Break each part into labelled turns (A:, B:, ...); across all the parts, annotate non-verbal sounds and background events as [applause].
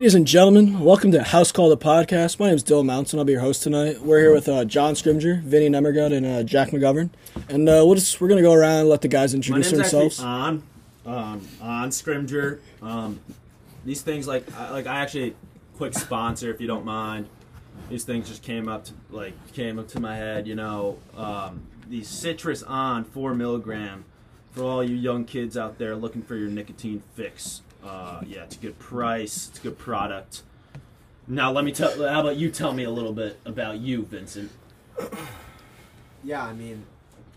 A: Ladies and gentlemen, welcome to House Call the Podcast. My name is Dylan Mountain. I'll be your host tonight. We're here with uh, John Scrimger, Vinny Nemergod, and uh, Jack McGovern. And uh, we'll just, we're going to go around and let the guys
B: My
A: introduce
B: name's
A: themselves.
B: actually uh, on, um, on Scrimger. Um, these things like I, like I actually quick sponsor if you don't mind. These things just came up to, like came up to my head. You know, um, the citrus on four milligram for all you young kids out there looking for your nicotine fix. Uh, yeah, it's a good price. It's a good product. Now let me tell. How about you tell me a little bit about you, Vincent?
C: Yeah, I mean,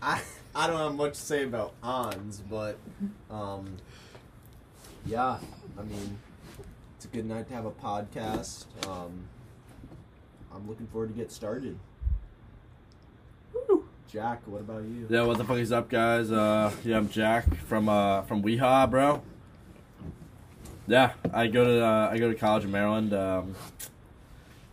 C: I I don't have much to say about Ons, but um, yeah, I mean, it's a good night to have a podcast. Um, I'm looking forward to get started. Jack, what about you?
D: Yeah, what the fuck is up, guys? Uh, yeah, I'm Jack from uh from Weehaw, bro. Yeah, I go to uh, I go to college in Maryland. Um,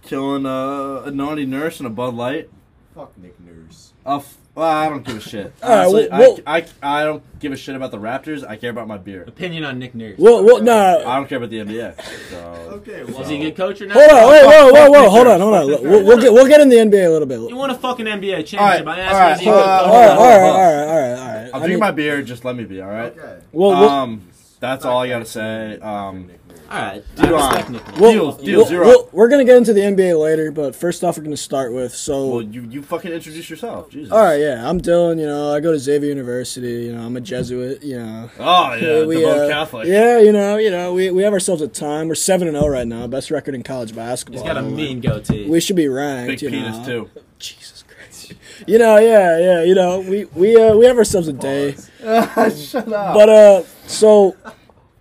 D: killing uh, a naughty nurse and a Bud Light.
C: Fuck Nick Nurse.
D: A f- well, I don't give a shit.
A: [laughs] All right,
D: Honestly,
A: well- well-
D: I, I, I don't give a shit about the Raptors. I care about my beer.
B: Opinion on Nick Nurse.
A: Well, well, no.
D: I don't care about the NBA. So.
C: Okay,
B: Is he a good coach or not?
A: Hold on, wait, whoa, whoa, whoa,
D: fuck
A: hold
D: Nick
A: on, hold on.
D: Nurse, fuck Nick
A: We'll, we'll get we'll get in the NBA a little bit.
B: You
A: Hold on,
B: want a fucking NBA championship?
D: All
B: I
D: right, all right,
B: asked you.
D: hold
A: all
D: on,
A: right, all right,
D: hold on.
A: all right, all right, all right.
D: I'm
A: I mean,
D: drinking my beer. Just let me be. All right.
C: Okay.
A: we'll,
B: uh,
A: we'll,
D: Um, that's all I gotta say. Um,
C: Nick Nurse.
B: All right,
D: Dude,
B: I respect
D: uh,
B: Nick Nurse.
A: we'll,
D: deals, deals,
A: we'll,
D: you're
A: we'll,
D: up.
A: we're gonna get into the NBA later, but first off, we're gonna start with so.
D: well, you you fucking introduce yourself. Jesus.
A: all right, yeah, I'm Dylan. You know, I go to Xavier University. You know, I'm a Jesuit. You know,
D: Oh yeah,
A: we,
D: devout
A: uh,
D: Catholic.
A: Yeah, you know, you know, we, we have ourselves a time. We're seven and zero right now, best record in college basketball.
B: He's got a mean goatee.
A: We should be ranked.
D: Big
A: you
D: penis
A: know.
D: too.
A: Jesus Christ. You know, yeah, yeah. You know, we we uh, we have ourselves a day.
D: [laughs] Shut up.
A: But uh, so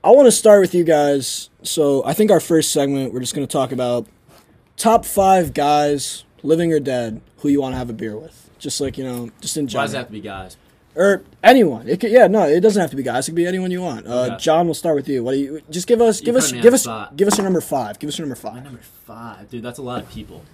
A: I want to start with you guys. So I think our first segment, we're just gonna talk about top five guys, living or dead, who you want to have a beer with. Just like you know, just in
B: Why
A: general,
B: does it have to be guys?
A: or anyone. It could, yeah, no, it doesn't have to be guys. It could be anyone you want. Uh,
B: Okay.
A: John, we'll start with you. What do you? Just give us,
B: You
A: give
B: put
A: us,
B: me on
A: give
B: the
A: us,
B: spot.
A: give us your number five. Give us your number
B: My
A: five.
B: number five, dude. That's a lot of people.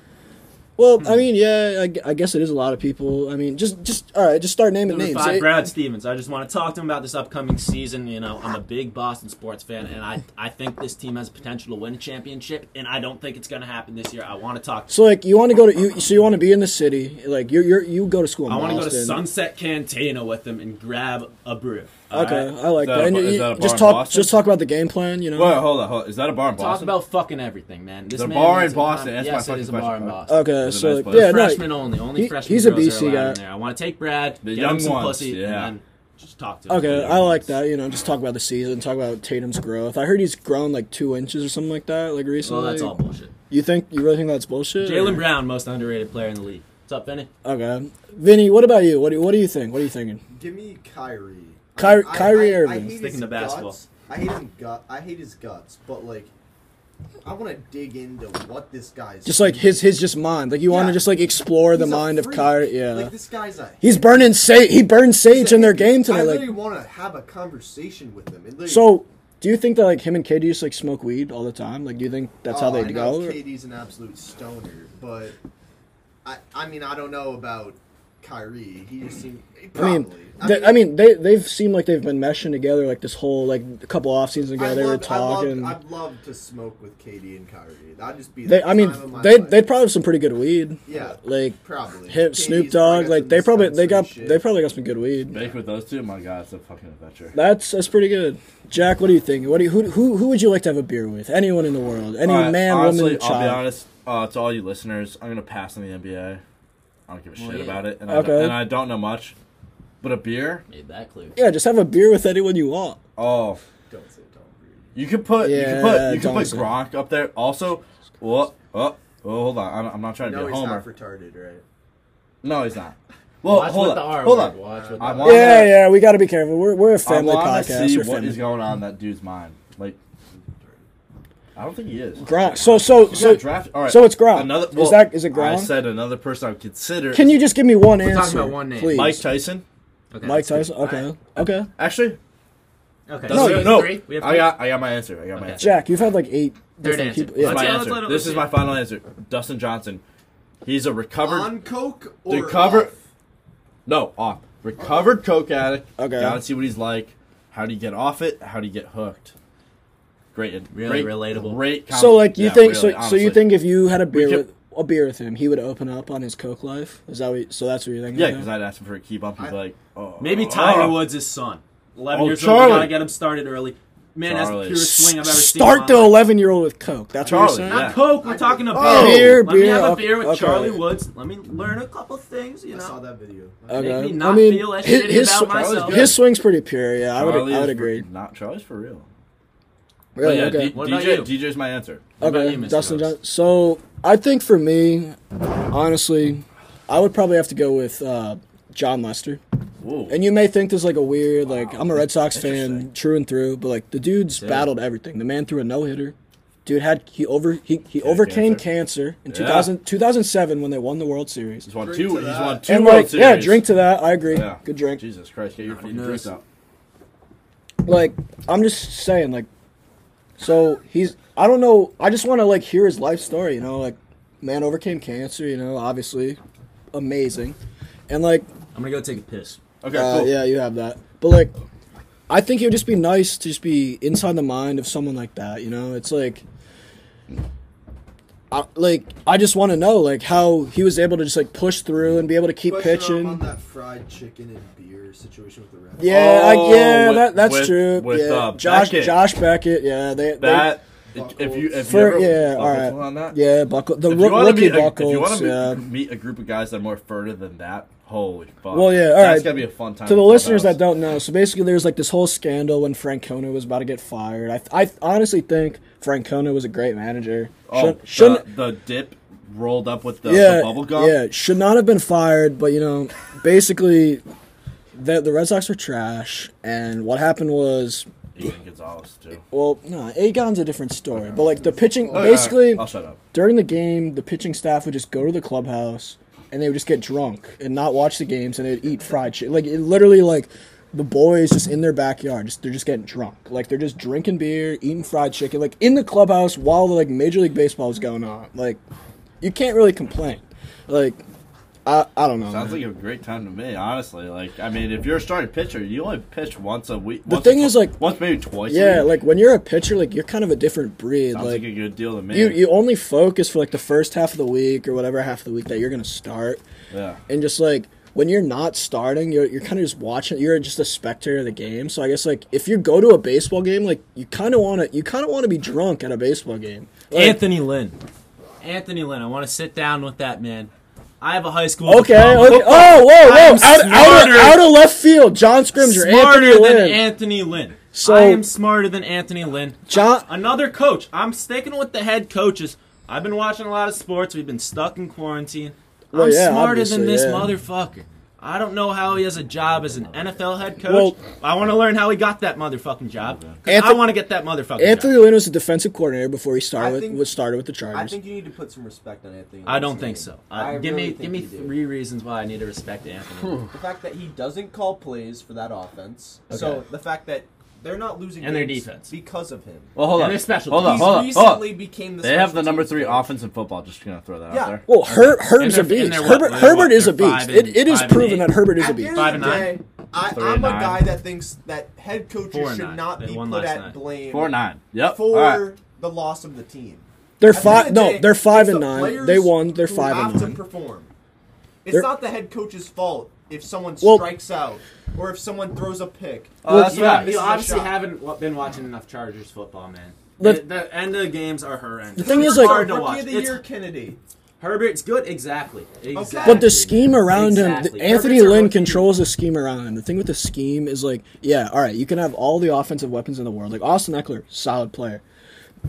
A: Well,
B: Hmm.
A: I mean, yeah, I, gu- I guess it is a lot of people. I mean, just, just all right, just start naming
B: Number
A: names.
B: five,
A: It-
B: Brad Stevens. I just want to talk to him about this upcoming season. You know, I'm a big Boston sports fan, and I I think this team has potential to win a championship, and I don't think it's going to happen this year. I want to talk.
A: So like you want to go to you, so you want to be in the city like you you you go to school. In
B: I want to go to
A: Boston.
B: Sunset Cantina with them and grab a brew. all
A: Okay,
B: right?
A: I like
D: Is that
A: that.
D: a
A: And
D: bar-
A: you-
D: is that
A: just
D: a bar in
A: talk
D: Boston?
A: just talk about the game plan. You know.
D: Wait, hold on, hold on. Is that a bar in
B: Talk
D: Boston?
B: about fucking everything, man. This
D: There's a
B: man
D: bar
B: is
D: in Boston.
B: I'm-
D: That's my
B: yes, it
D: fucking
B: is a bar in
D: question.
B: Boston.
A: okay,
D: That's a
A: so
D: nice
A: like,
D: place.
A: yeah, no,
B: Freshman only. Only
A: he-
B: freshman
A: he's a
B: girls
A: BC
B: are allowed
A: guy.
B: in there. I want to take Brad,
D: The
B: get
D: young
B: him some
D: ones,
B: pussy,
D: yeah.
B: and then just talk to him.
A: Okay, I like that. You know, just talk about the season. Talk about Tatum's growth. I heard he's grown like two inches or something like that, like
B: Well,
A: recently.
B: that's all bullshit.
A: You think you really think that's bullshit?
B: Jalen
A: or-
B: Brown, most underrated player in the league. What's up, Benny?
A: Okay, Vinny, what about you? What do what do you think? What are you thinking?
C: Give me Kyrie.
A: Kyrie- Kyrie
C: I,
A: Irving.
C: hate
B: Sticking
C: his
B: to basketball.
C: Guts. I hate him gut. I hate his guts, but like, I want to dig into what this guy's
A: Just like his his just mind. Like you want to
C: Yeah.
A: just like explore the
C: He's a
A: mind of
C: freak.
A: Kyrie. Yeah.
C: Like this guy's a.
A: He's burning sage. He burned sage in their game
C: I
A: today.
C: literally
A: Like,
C: want to have a conversation with him. And like,
A: so, do you think that like him and KD just like smoke weed all the time? Like, do you think that's how
C: oh,
A: they
C: I
A: go?
C: know KD's an absolute stoner, but I I mean I don't know about Kyrie. He just seemed
A: I mean,
C: probably.
A: they, I mean, they they've seemed like they've been meshing together like this whole like a couple off seasons ago.
C: I
A: they were
C: love, I love,
A: talking.
C: I'd love to smoke with KD and Kyrie. That'd just be.
A: they,
C: the
A: I mean,
C: time of my
A: they
C: life.
A: they probably have some pretty good weed.
C: Yeah.
A: like
C: probably
A: him,
C: KD's
A: Snoop
C: probably
A: Dogg.
C: got
A: Like
C: some
A: they probably they
C: dispensary
A: got
C: shit.
A: they probably got some good weed.
D: Bake with those two? My God, it's a fucking adventure.
A: That's that's pretty good. Jack, what do you think? What do you, who who who would you like to have a beer with? Anyone in the world? Any
D: Alright,
A: man,
D: honestly,
A: woman, child?
D: I'll be honest. Uh, to all you listeners, I'm gonna pass on the NBA. I don't give a
B: Well,
D: shit
B: yeah.
D: about it, and I
A: Okay.
D: don't, and I don't know much. But a beer?
B: Made that clear.
A: Yeah, just have a beer with anyone you want.
D: Oh,
C: Don't say Tom Brady.
D: you could put you
A: Yeah,
D: could put you could
A: don't
D: put
A: say-
D: Gronk up there. Also, what? Oh, oh, hold on. I'm, I'm not trying to
C: No,
D: be
C: he's
D: a homer.
C: not retarded, right?
D: no, he's [laughs] not. Well,
B: Watch
D: hold
B: with the
D: on.
B: R
D: Hold
B: word.
D: on.
B: Watch with
D: I
B: the
D: want-
B: R.
A: Yeah,
D: wanna-
A: yeah, we got to be careful. We're, we're a family
D: I want to
A: podcast.
D: see
A: we're
D: what
A: family.
D: is going on in that dude's mind. Like, I don't think he is.
A: Gronk. So so
D: He
A: so.
D: got drafted. All right.
A: so it's Gronk.
D: Another,
A: Is that- is it
D: I
A: Gronk?
D: said another person I would consider.
A: Can you just give me one
B: talking
A: answer?
B: about one name.
A: Please.
D: Mike Tyson?
B: Okay,
A: Mike
B: that's
A: Tyson.
B: good.
A: Okay.
B: All right.
A: Okay.
D: Actually,
B: Okay.
D: no,
B: so
A: you-
D: no.
B: Three? We have
D: I
B: three?
D: got, I got my answer. I got my
B: Okay.
D: answer.
A: Jack, you've had like eight
B: Third
A: different
B: answer.
A: people.
D: This
A: Yeah.
D: is my
B: Let's-
D: answer.
B: let's let him-
D: this is my final answer. Dustin Johnson. He's a recovered.
C: On coke
D: the
C: or
D: cover.
C: off?
D: No, off. Recovered coke addict.
A: Okay.
D: Gotta see what he's like. How do you get off it? How do you get hooked? Great,
B: Really
D: great,
B: relatable.
D: Great. com-
A: So like you
D: yeah,
A: think
D: really,
A: so, so you
D: honestly.
A: think if you had a beer
D: could-
A: with a beer with him, he would open up on his coke life? Is that what you, so that's what you're thinking?
D: Yeah,
A: about?
D: because I'd ask him for a key bump. He'd be like, oh,
B: Maybe Tiger
D: oh.
B: Woods' his son. 11
D: Oh,
B: years old. We gotta
D: Charlie.
B: get him started early. Man, that's
D: Charlie.
B: the purest swing I've ever seen. in my
A: Start the
B: life.
A: 11 year old with coke. That's
D: Charlie,
A: what you're saying.
B: Not
D: Yeah.
B: Coke. We're talking about
A: Oh, beer,
B: Let me
A: beer,
B: have a
A: okay,
B: beer with
A: okay.
B: Charlie Woods. Let me learn a couple things. You
C: I saw
B: know.
C: that video.
A: Okay.
B: Make me not
A: I mean,
B: feel that
A: his,
B: shitty
A: his,
B: about
A: sw-
B: myself.
A: his swing's pretty pure. Yeah, I would
D: Charlie
A: I would
D: is
A: agree.
D: For, not Charlie's for real.
A: Really?
D: But yeah,
A: okay. Oh.
D: D-
B: What about
D: DJ,
B: you?
D: DJ's my answer.
B: What about
A: okay.
B: you, Mr.
A: Dustin
B: Rhodes?
A: Johnson. So I think for me, honestly, I would probably have to go with uh, John Lester.
D: Whoa.
A: And you may think there's like a weird, like I'm a Red Sox fan,
D: Interesting.
A: true and through, but like the dude's battled everything. The man threw a no hitter. Dude had he over he, he overcame cancer, in
D: Yeah.
A: 2000, 2007 when they won the World Series.
D: he's won
C: Drink
D: two.
C: to
D: He's
C: that.
D: won two
A: And
D: World
A: like
D: Series.
A: yeah, drink to that. I agree.
D: Yeah.
A: Good drink.
D: Jesus Christ, get your fucking
B: knows?
D: drinks out.
A: Like I'm just saying, like so he's I don't know. I just want to like hear his life story. You know, like man overcame cancer. You know, obviously amazing, and like
B: I'm gonna go take a piss.
D: Okay,
A: Uh,
D: cool.
A: Yeah, you have that. But like, I think it would just be nice to just be inside the mind of someone like that. You know, it's like, I, like I just want to know like how he was able to just like push through and be able to keep
C: Question
A: pitching.
C: on that fried chicken and beer situation with the Reds.
A: yeah,
D: Oh,
A: I, yeah,
D: with-
A: that, that's
D: with-
A: true.
D: with,
A: yeah,
D: uh,
A: Josh
D: Beckett.
A: Josh Beckett. Yeah, they, they
D: That
C: Buckles.
D: if you if
A: for,
D: you
A: yeah,
D: ever,
A: all right,
D: on that.
A: yeah, buckle the
D: If you
A: ro-
D: want to
A: rookie
D: meet, a, if you
A: buckles.
D: want to meet,
A: Yeah.
D: meet a group of guys that are more further than that, holy fuck.
A: Well, yeah, all
D: that's
A: right.
D: gonna be a fun [laughs] time.
A: to
D: in
A: the listeners that
D: clubhouse.
A: don't know, so basically there's like this whole scandal when Francona was about to get fired. I, I honestly think Francona was a great manager.
D: oh,
A: Should- shouldn't-
D: the, the dip rolled up with the,
A: yeah,
D: the bubble gum.
A: yeah, should not have been fired. But you know, basically, the the Red Sox were trash, and what happened was,
D: Adrian Gonzalez too.
A: well, no, Agon's a different story. But like the pitching,
D: Oh, yeah,
A: basically,
D: I'll shut up.
A: during the game, the pitching staff would just go to the clubhouse and they would just get drunk and not watch the games and they'd eat fried shit. Like it literally like the boys just in their backyard, just they're just getting drunk. Like they're just drinking beer, eating fried chicken, like in the clubhouse while like Major League Baseball is going on. Like you can't really complain. Like I I don't know.
D: Sounds
A: man.
D: like a great time to me, honestly. Like, I mean, if you're a starting pitcher, you only pitch once a week.
A: The
D: once a
A: thing
D: tw-
A: is, like-
D: once maybe twice. a
A: yeah,
D: week.
A: like when you're a pitcher, like you're kind of a different breed.
D: sounds
A: like
D: like, a good deal to me.
A: you you only focus for like the first half of the week or whatever half of the week that you're gonna start.
D: yeah.
A: and just like when you're not starting, you're you're kind of just watching. You're just a spectator of the game. So I guess like if you go to a baseball game, like you kind of want to you kind of want to be drunk at a baseball game. Like,
B: Anthony Lynn. Anthony Lynn. I want to sit down with that man. I have a high school.
A: Okay.
B: diploma.
A: Okay. Oh, whoa,
B: I
A: whoa!
B: am
A: Out, out, of,
B: smarter-
A: out of left field, John Scrimger,
B: smarter
A: Anthony
B: than
A: Lynn.
B: Anthony Lynn.
A: So-
B: I am smarter than Anthony Lynn.
A: John-
B: another coach. I'm sticking with the head coaches. I've been watching a lot of sports. We've been stuck in quarantine.
A: Well,
B: I'm
A: yeah,
B: smarter than
A: obviously,
B: this
A: yeah.
B: motherfucker. I don't know how he has a job as an NFL head coach.
A: Well-
B: I want to learn how he got that motherfucking job. 'Cause I
A: Anthony-
B: want to get that motherfucking
A: Anthony
B: job.
A: Lynn was the defensive coordinator before he
C: I
A: started
C: think-
A: with, was started with the Chargers.
C: I think you need to put some respect on Anthony.
B: I don't
C: Lynn's name.
B: think so. Uh,
C: I
B: give
C: really
B: me give
C: think
B: me
C: you do.
B: three reasons why I need to respect Anthony.
C: [laughs]
B: Lynn.
C: The fact that he doesn't call plays for that offense. So
B: Okay.
C: the fact that they're not losing
B: And their
C: games
B: defense.
C: because of him.
D: Well, hold
B: And
D: on.
B: their special
D: Hold on.
B: teams.
C: He's
D: Hold on. Hold
C: recently
D: on.
C: became the
D: They have the
C: special
D: number
C: teams
D: three
C: player.
D: offense in football. Just gonna throw that
C: Yeah.
D: out there.
A: well, Her, Herb's a
B: And they're-
A: beast.
B: and they're what,
A: Herbert,
B: they're what,
A: Herbert is a
B: they're five
A: beast. It,
B: and-
A: it is
B: five and
A: proven
B: eight?
A: that Herbert is
C: At
A: a
C: the end
A: beast.
C: of
B: Five
C: the
B: and nine?
C: day, I,
D: Three
C: I'm
D: and
C: a
D: nine.
C: guy that thinks that head coaches
B: Four and
C: should
B: nine.
C: not
B: They
C: be
B: won
C: put
B: last
C: at
B: night.
C: blame
D: Four nine. Yep.
C: for
D: All right.
C: the loss of the team.
A: They're
C: At the end
A: five.
C: of the
A: No,
C: day,
A: they're five
C: it's
A: and
C: the
A: nine.
C: players
A: They won. They're
C: who
A: five
C: have
A: and
C: to
A: nine.
C: perform. It's
A: They're-
C: not the head coach's fault if someone
A: Well-
C: strikes out or if someone throws a pick.
D: Oh, that's
B: you,
D: right.
B: you
C: This is a
B: obviously
C: shot.
B: haven't wa- been watching enough Chargers football, man. The,
A: Let-
B: the end of the games are horrendous.
A: The thing
B: It's
A: is, like-
B: hard to
C: Rookie
B: watch.
C: of the
B: It's-
C: year Kennedy.
B: Herbert's good, exactly. exactly.
A: But the scheme around
B: Exactly.
A: him, Anthony
B: Herbert's a
A: Lynn
B: rookie.
A: controls the scheme around him. The thing with the scheme is like, yeah, all right, you can have all the offensive weapons in the world. Like Austin Eckler, solid player.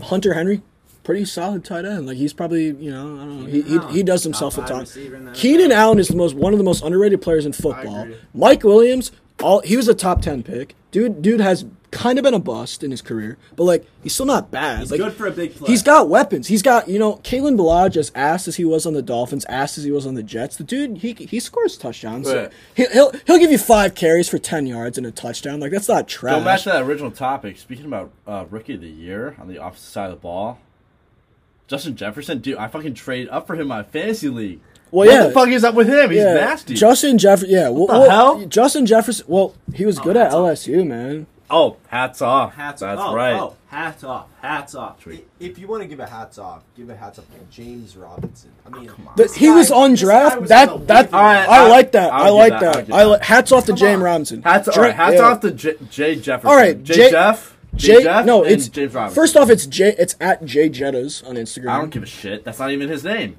A: Hunter Henry, pretty solid tight end. Like he's probably, you know, I don't know. He, he,
B: Allen,
A: he does
B: top
A: himself a
B: five
A: ton.
B: receiver in the
A: Keenan
B: NFL.
A: Allen is the most one of the most underrated players in football.
C: agree.
A: Mike Williams, all he was a top ten pick. Dude, dude has kind of been a bust in his career, but like he's still not bad.
B: He's
A: Like,
B: good for a big play.
A: He's got weapons. He's got you know, Kalen Balaj as asked as he was on the Dolphins, asked as he was on the Jets. The dude, he he scores touchdowns.
D: Right.
A: He, he'll he'll give you five carries for ten yards and a touchdown. Like that's not
D: Go back
A: trash.
D: to that original topic. Speaking about uh, rookie of the year on the opposite side of the ball, Justin Jefferson, dude, I fucking trade up for him in my fantasy league.
A: Well,
D: what
A: yeah.
D: the fuck is up with him? He's
A: yeah.
D: nasty.
A: Justin Jefferson. Yeah. What
D: the hell?
C: Oh,
A: Justin Jefferson. Well, he was good at
B: that's all.
A: LSU, man.
D: Oh, hats off.
B: Hats
D: That's
B: off.
D: right.
B: Oh, hats off. Hats off.
D: Sweet.
C: If you want to give a hats off, give a hats off to James Robinson. I
B: Oh,
C: mean,
A: The-
C: this
A: he
C: guy-
A: was on
C: this guy
A: draft.
C: was on
A: that
C: the
A: that
C: waiver wire.
D: Alright,
A: I,
D: I-
A: like that.
D: I'll
A: I
D: give
A: like
D: that, I'll
A: that.
D: give
A: I li-
D: that.
A: hats off to
C: Come
A: James
C: on.
A: Robinson.
D: Hats, all
A: Dra-
D: right, hats
A: yeah.
D: off to J, Jay Jefferson.
A: All right,
D: Jay,
A: Jay-
D: Jeff.
A: Jay,
D: Jay Jeff.
A: no,
D: and
A: it's
D: James Robinson.
A: First off, it's Jay. It's at Jay Jettas on Instagram.
D: I don't give a shit. That's not even his name.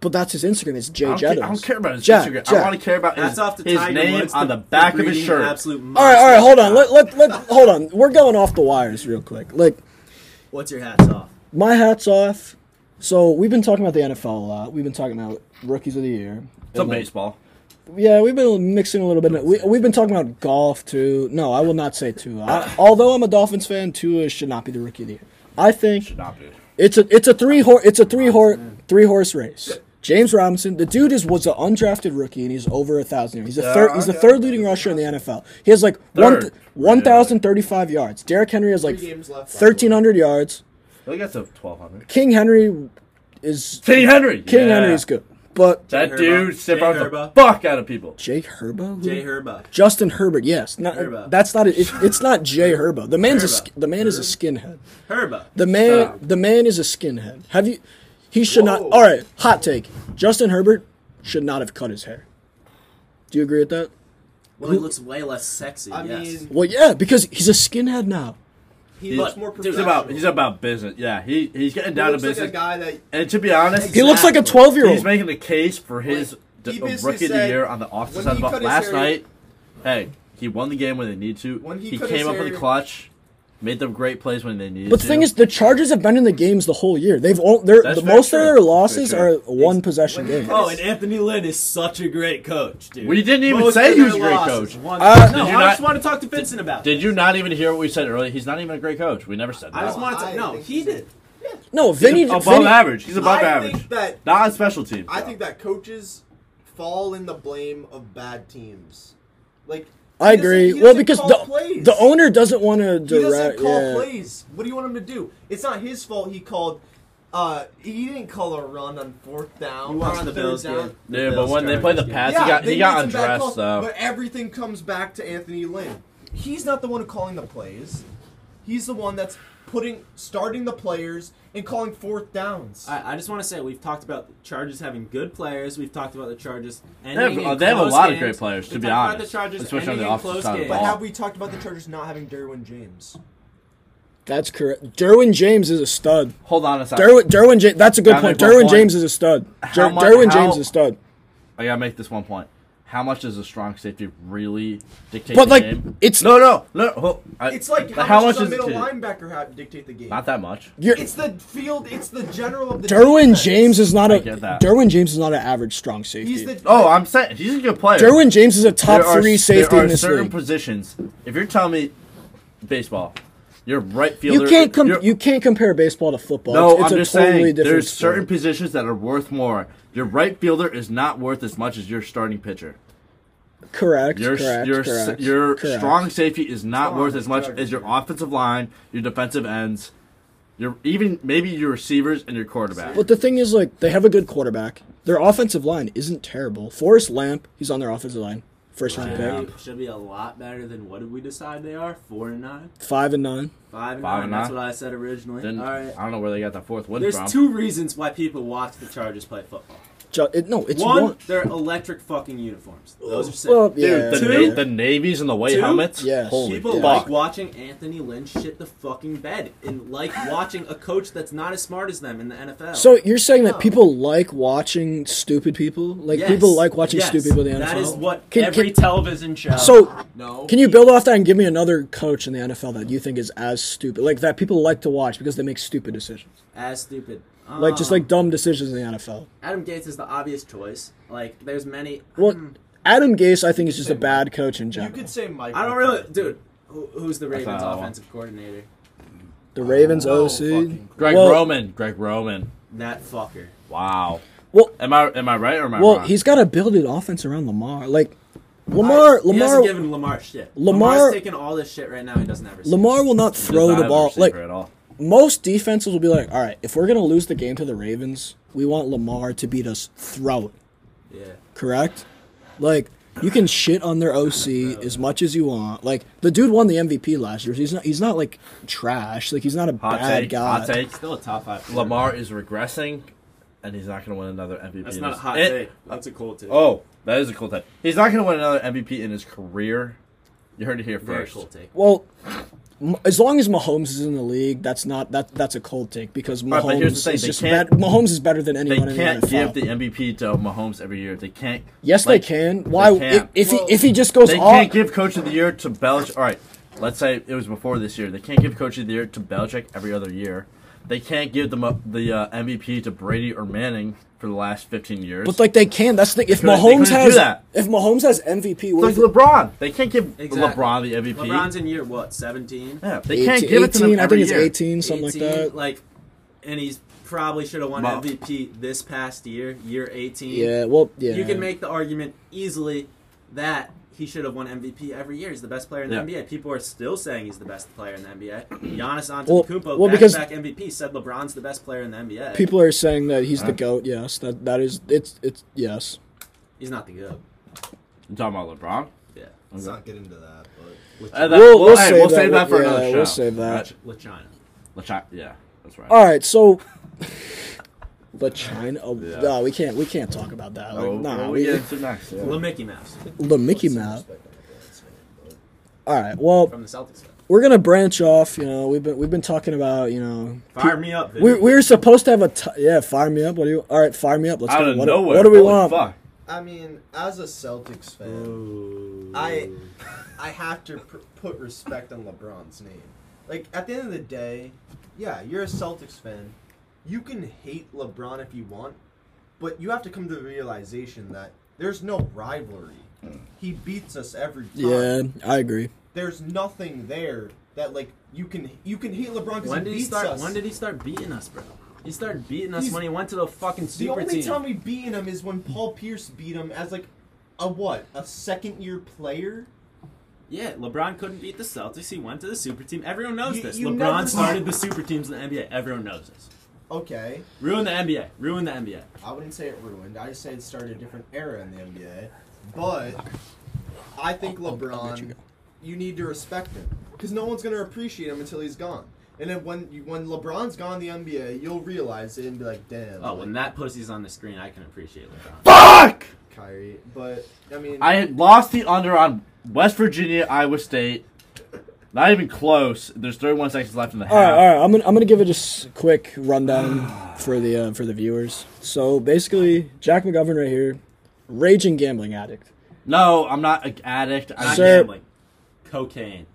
A: but that's his Instagram. It's Jay
D: I don't,
A: Jettas.
D: care, I don't care about his
A: Jack,
D: Instagram. I
A: Jack.
D: want to care about
B: Hats
D: his,
B: off to
D: his
B: Tiger
D: name
B: Woods,
D: on the,
B: the
D: back of his
B: breeding
D: shirt.
B: Absolute
A: All right, all right. Hold on. Let let let hold on. We're going off the wires real quick. Like
B: What's your hats off?
A: my hat's off. So we've been talking about the NFL a lot. Wewe've been talking about rookies of the year.
D: It's a
A: And, like,
D: baseball.
A: Yeah, we've been mixing a little bit. We, we've been talking about golf too. No, I will not say Tua.
D: Uh,
A: I, although I'm a Dolphins fan, Tua should not be the rookie of the year. I think
D: Should not be.
A: it's a it's a three horse it's a three horse three horse race. James Robinson, the dude is was an undrafted rookie and he's over a thousand yards. He's a
D: Yeah,
A: third he's the
D: okay.
A: third leading rusher in the NFL. He has like one
D: Third.
A: one thousand thirty five yards. Derrick Henry has like
C: Three games left, by the way.
A: thirteen hundred yards.
D: I think that's a 1,200.
A: King Henry is
D: King Henry.
A: King
D: yeah.
A: Henry is good, but
D: That
B: Jay
D: dude
B: Herba.
D: sip
B: Jay
D: out the
B: Herba.
D: fuck out of people.
A: Jay Herbo, Who-
B: Jay Herba.
A: Justin Herbert, yes, not,
B: Herba.
A: that's not it, it's not Jay Herbo. The man's a
B: Herba.
A: sk- the man is a skinhead.
B: Herba.
A: The man,
D: Stop.
A: the man is a skinhead. Have you? He should
C: Whoa.
A: not. All right, hot take. Justin Herbert should not have cut his hair. Do you agree with that?
B: Well, he looks way less sexy.
C: I
B: yes.
C: mean,
A: Well, yeah, because he's a skinhead now.
C: he
D: He's,
C: looks more
D: he's
C: professional.
D: about he's about business. Yeah, he he's getting
C: He
D: down to
C: looks like
D: business.
C: a guy that
D: and to be honest,
A: He looks like a
B: Exactly.
A: 12 year
D: he's
A: old.
D: making the case for his
C: Like,
D: d-
C: he basically
D: rookie of the
C: said
D: year on the offensive
C: when
D: side of
C: he
D: the ball.
C: cut his
D: Last
C: hair-
D: night, hey, he won the game when they need to.
C: When he
D: he
C: cut his
D: came up in the
C: hair-
D: clutch, made the great plays when they needed
A: But
D: to.
A: the thing is, the Chargers have been in the games the whole year. They've all, they're,
D: That's
A: the
D: very
A: most
D: true.
A: of their
D: Very
A: losses
D: true.
A: are one possession
C: When you
A: games.
C: cut-
B: Oh, and Anthony Lynn is such a great coach, dude.
D: We didn't even
B: Most
D: say
B: of
D: he was a
B: their
D: great
B: losses
D: coach.
B: won-
A: Uh, Did
B: no,
D: you
B: I
D: not-
B: just want to talk to Vincent about.
D: did
B: that.
D: you not even hear what we said earlier? He's not even a great coach. We never said that.
B: I just
C: No,
B: wanted
C: I
B: to. No,
C: think
B: he
C: he's-
B: did.
A: No,
D: He's
A: Vinny.
D: above
A: Vinny-
D: average. He's above
C: I
D: average.
C: think that-
D: not on special teams.
C: I
D: though.
C: think that coaches fall in the blame of bad teams. Like
A: I
C: he doesn't-
A: agree.
C: he
A: Well,
C: doesn't
A: because
C: call
A: the,
C: plays.
A: the owner doesn't want to
C: he doesn't
A: direct.
C: call
A: yeah.
C: plays. What do you want him to do? It's not his fault. He called. Uh, he didn't call a run on fourth down.
B: You
C: or
B: watched
C: on
B: the
C: third
B: Bills
C: down.
B: game.
D: Yeah, but when they play the pass, he got
C: they
D: he got
C: made some bad
D: undressed
C: calls,
D: though.
C: But everything comes back to Anthony Lynn. He's not the one calling the plays. He's the one that's putting starting the players and calling fourth downs.
B: I, I just want to say we've talked about the Chargers having good players. We've talked about the Chargers.
D: have-
B: ending in
D: they have a
B: close
D: lot of
B: games.
D: great players,
B: We
D: to be
B: talked about
D: honest,
B: the Chargers
D: especially on
B: ending
D: the
B: in
D: offensive
B: close
D: side of the
B: games.
C: but
D: ball.
C: have we talked about the Chargers not having Derwin James?
A: That's correct. Derwin James is a stud.
D: Hold on a second.
A: Derwin, Derwin James. That's a good
D: Gotta
A: point.
D: make one
A: Derwin
D: point.
A: James is a stud.
D: How
A: Jer-
D: mu-
A: Derwin
D: how-
A: James is a stud.
D: I gotta make this one point. How much does a strong safety really dictate
A: But,
D: the
A: like,
D: game?
A: it's-
D: no, no, no. ho- I-
C: It's like
D: but
C: how, much does a
D: it
C: middle
D: dictate?
C: linebacker have dictate the game?
D: Not that much.
A: You're,
C: It's the field. It's the general of the.
A: Derwin
C: defense.
A: James is not
D: I
A: a
D: get that.
A: Derwin James is not an average strong safety.
C: He's the.
D: Oh, I'm saying he's a good player.
A: Derwin James is a top
D: There are-
A: three safety
D: there are
A: in this
D: certain
A: league.
D: positions. If you're telling me baseball, you're right fielder.
A: You can't com-
D: you're-
A: you can't compare baseball to football.
D: No,
A: it's it's
D: I'm
A: a
D: just
A: totally
D: saying
A: different
D: there's
A: sport.
D: certain positions that are worth more. Your right fielder is not worth as much as your starting pitcher.
A: correct,
D: Your
A: correct,
D: your
A: correct,
D: your
A: correct.
D: strong safety is not
C: Strong,
D: worth as much
C: correct.
D: as your offensive line, your defensive ends, your even maybe your receivers and your quarterback.
A: But the thing is, like, they have a good quarterback. Their offensive line isn't terrible. Forrest Lamp, he's on their offensive line. First round
D: Yeah.
A: pick,
B: Should be- Should be a lot better than what did we decide they are? Four and nine,
A: five and nine.
B: five and
D: Five
B: nine.
D: and
B: That's
D: nine.
B: what I said originally.
D: Then
B: All right.
D: I don't know where they got that fourth win
B: There's
D: from.
B: two reasons why people watch the Chargers play football.
A: Ju- it- no, it's
B: One,
A: one.
B: they're electric fucking uniforms. Those are sick.
A: Well,
D: Dude,
A: yeah.
D: the,
B: Two?
D: na- the navies and the white
B: Two?
D: helmets.
A: Yes.
D: Holy
B: People
A: yeah.
B: like
D: fuck.
B: watching Anthony Lynn shit the fucking bed and like watching a coach that's not as smart as them in the NFL.
A: So you're saying that
C: No.
A: people like watching stupid people? Like
B: Yes.
A: people like watching
B: Yes.
A: stupid people in the NFL?
B: That is what
A: Can-
B: every
A: can-
B: television show.
A: So
C: No.
A: can you build off that and give me another coach in the NFL that you think is as stupid? Like that people like to watch because they make stupid decisions.
B: as stupid.
A: Like just
B: Um,
A: like dumb decisions in the NFL.
B: Adam Gates is the obvious choice. Like there's many.
A: Well,
B: Hmm.
A: Adam Gase I think is just a
C: say
A: bad coach in
C: You
A: general.
C: could say Mike.
B: I don't really, dude. Who, who's the Ravens'
D: another one.
B: offensive coordinator?
A: The Ravens OC.
D: Greg
A: Well-
D: Roman. Greg Roman.
B: That fucker.
D: Wow.
A: Well,
D: Am I am I right or am I
A: well,
D: wrong?
A: he's got to build an offense around Lamar. Like Lamar,
B: he
A: Lamar,
B: hasn't given Lamar shit.
A: Lamar-
B: Lamar's taking all this shit right now. He doesn't ever. see it.
A: Lamar will not
D: Just
A: throw
D: not
A: the
D: a
A: ball.
D: receiver
A: Like
D: at all.
A: most defenses will be like, all right, if we're gonna lose the game to the Ravens, we want Lamar to beat us. Throw it,
B: Yeah.
A: correct? Like you can shit on their OC as much as you want. Like the dude won the MVP last year. He's not he's not like trash. Like he's not a
D: Hot
A: bad
D: take,
A: guy.
D: hot take.
B: Still a top five.
D: Lamar is regressing, and he's not going to win another MVP.
B: That's
D: in
B: not a
D: his-
B: hot
D: it-
B: take. That's a cold take.
D: Oh, that is a cool take. He's not going to win another MVP in his career. You heard it here
B: very
D: first.
B: cold take.
A: Well, m- as long as Mahomes is in the league, that's not that that's a cold take because
D: Right,
A: Mahomes
D: but here's the thing,
A: is
D: they
A: just
D: can't-
A: bet- Mahomes is better than
D: They
A: anyone in
D: can't
A: the NFL.
D: give the MVP to Mahomes every year. They can't.
A: yes,
D: like,
A: they can. Why
D: can't.
A: if, if
B: Well,
A: he if he just goes
D: They
A: off?
D: can't give Coach of the Year to Belichick. All right, let's say it was before this year. They can't give Coach of the Year to Belichick every other year. They can't give the mo- the uh, MVP to Brady or Manning for the last 15 years.
A: but like they can. That's the thing. If
D: couldn't- they
A: Mahomes
D: couldn't do
A: has
D: that.
A: if Mahomes has MVP, what
D: like
A: if it-
D: LeBron. They can't give
B: Exactly.
D: LeBron the MVP.
B: LeBron's in year what? Seventeen.
D: yeah, they
A: 18,
D: can't give it to them
A: 18, I
D: every
A: think it's
D: year.
A: 18, something like
B: 18,
A: that.
B: Like, and he's probably should have won
D: Well-
B: MVP this past year, year eighteen.
A: Yeah, well, yeah.
B: You can make the argument easily that he should have won MVP every year. He's the best player in the
D: Yeah.
B: NBA. People are still saying he's the best player in
A: [clears throat]
B: the NBA. Giannis
A: Well-
B: Antetokounmpo,
A: well,
B: back-to-back
A: because-
B: MVP, said LeBron's the best player in the NBA.
A: people are saying that he's
D: Huh?
A: the goat. Yes, that that is it's it's yes.
B: he's not the GOAT.
D: You talking about LeBron?
B: Yeah,
C: Let's not get into that, but
B: with,
D: Uh, that-
A: We'll- we'll
D: hey,
A: save
D: we'll
A: that.
D: save that for
A: Yeah,
D: another show.
A: we'll save that. Oh,
D: Gotcha.
B: with China.
D: LeChi- yeah, that's right.
A: All right, so. [laughs] But China, oh,
D: Yeah.
A: no, we can't. We can't talk about that. Like,
D: Oh,
A: nah,
D: well,
A: we,
D: we get into next. yeah.
B: Little Mickey Mouse
A: the Mickey Mouse. All right, well,
B: from the Celtics.
A: we're gonna branch off. You know, we've been we've been talking about you know
B: Fire me up. Vic.
A: we we were supposed to have a t- yeah fire me up. What do you? All right, fire me up. Let's
D: Out
A: go.
D: of
A: what, do-
D: nowhere.
A: What do we
D: holy
A: want?
D: Fuck.
C: I mean, as a Celtics fan,
B: Ooh.
C: I I have to pr- put respect on LeBron's name. Like at the end of the day, yeah, you're a Celtics fan. You can hate LeBron if you want, but you have to come to the realization that there's no rivalry. He beats us every time.
A: Yeah, I agree.
C: There's nothing there that like you can you can hate LeBron because
B: When
C: he
B: did he
C: beats
B: start?
C: us.
B: When did he start beating us, bro? He started beating us
C: He's-
B: when he went to the fucking
C: the
B: super
C: only
B: team.
C: time we beaten him is when Paul Pierce beat him as like a what a second year player.
B: yeah, LeBron couldn't beat the Celtics. He went to the super team. Everyone knows
C: You-
B: this.
C: you
B: LeBron
C: never-
B: started the super teams in the NBA. Everyone knows this.
C: Okay,
B: Ruin the NBA. Ruin the NBA.
C: I wouldn't say it ruined. I just say it started a different era in the NBA. But I think
A: I'll- I'll let you
C: LeBron,
A: go.
C: you need to respect him because no one's gonna appreciate him until he's gone. And then when you, when LeBron's gone, the NBA, you'll realize it and be like, damn,
B: Oh,
C: like,
B: when that pussy's on the screen, I can appreciate LeBron.
D: Fuck!
C: Kyrie. But I mean,
D: I had lost the under on West Virginia, Iowa State. Not even close. There's 31 seconds left in the half.
A: All right, all right. I'm gonna I'm gonna give it just a quick rundown for the uh, for the viewers. So basically, Jack McGovern right here, raging gambling addict,
D: No, I'm not an addict. I'm
B: Not
A: Sir.
B: gambling. Cocaine.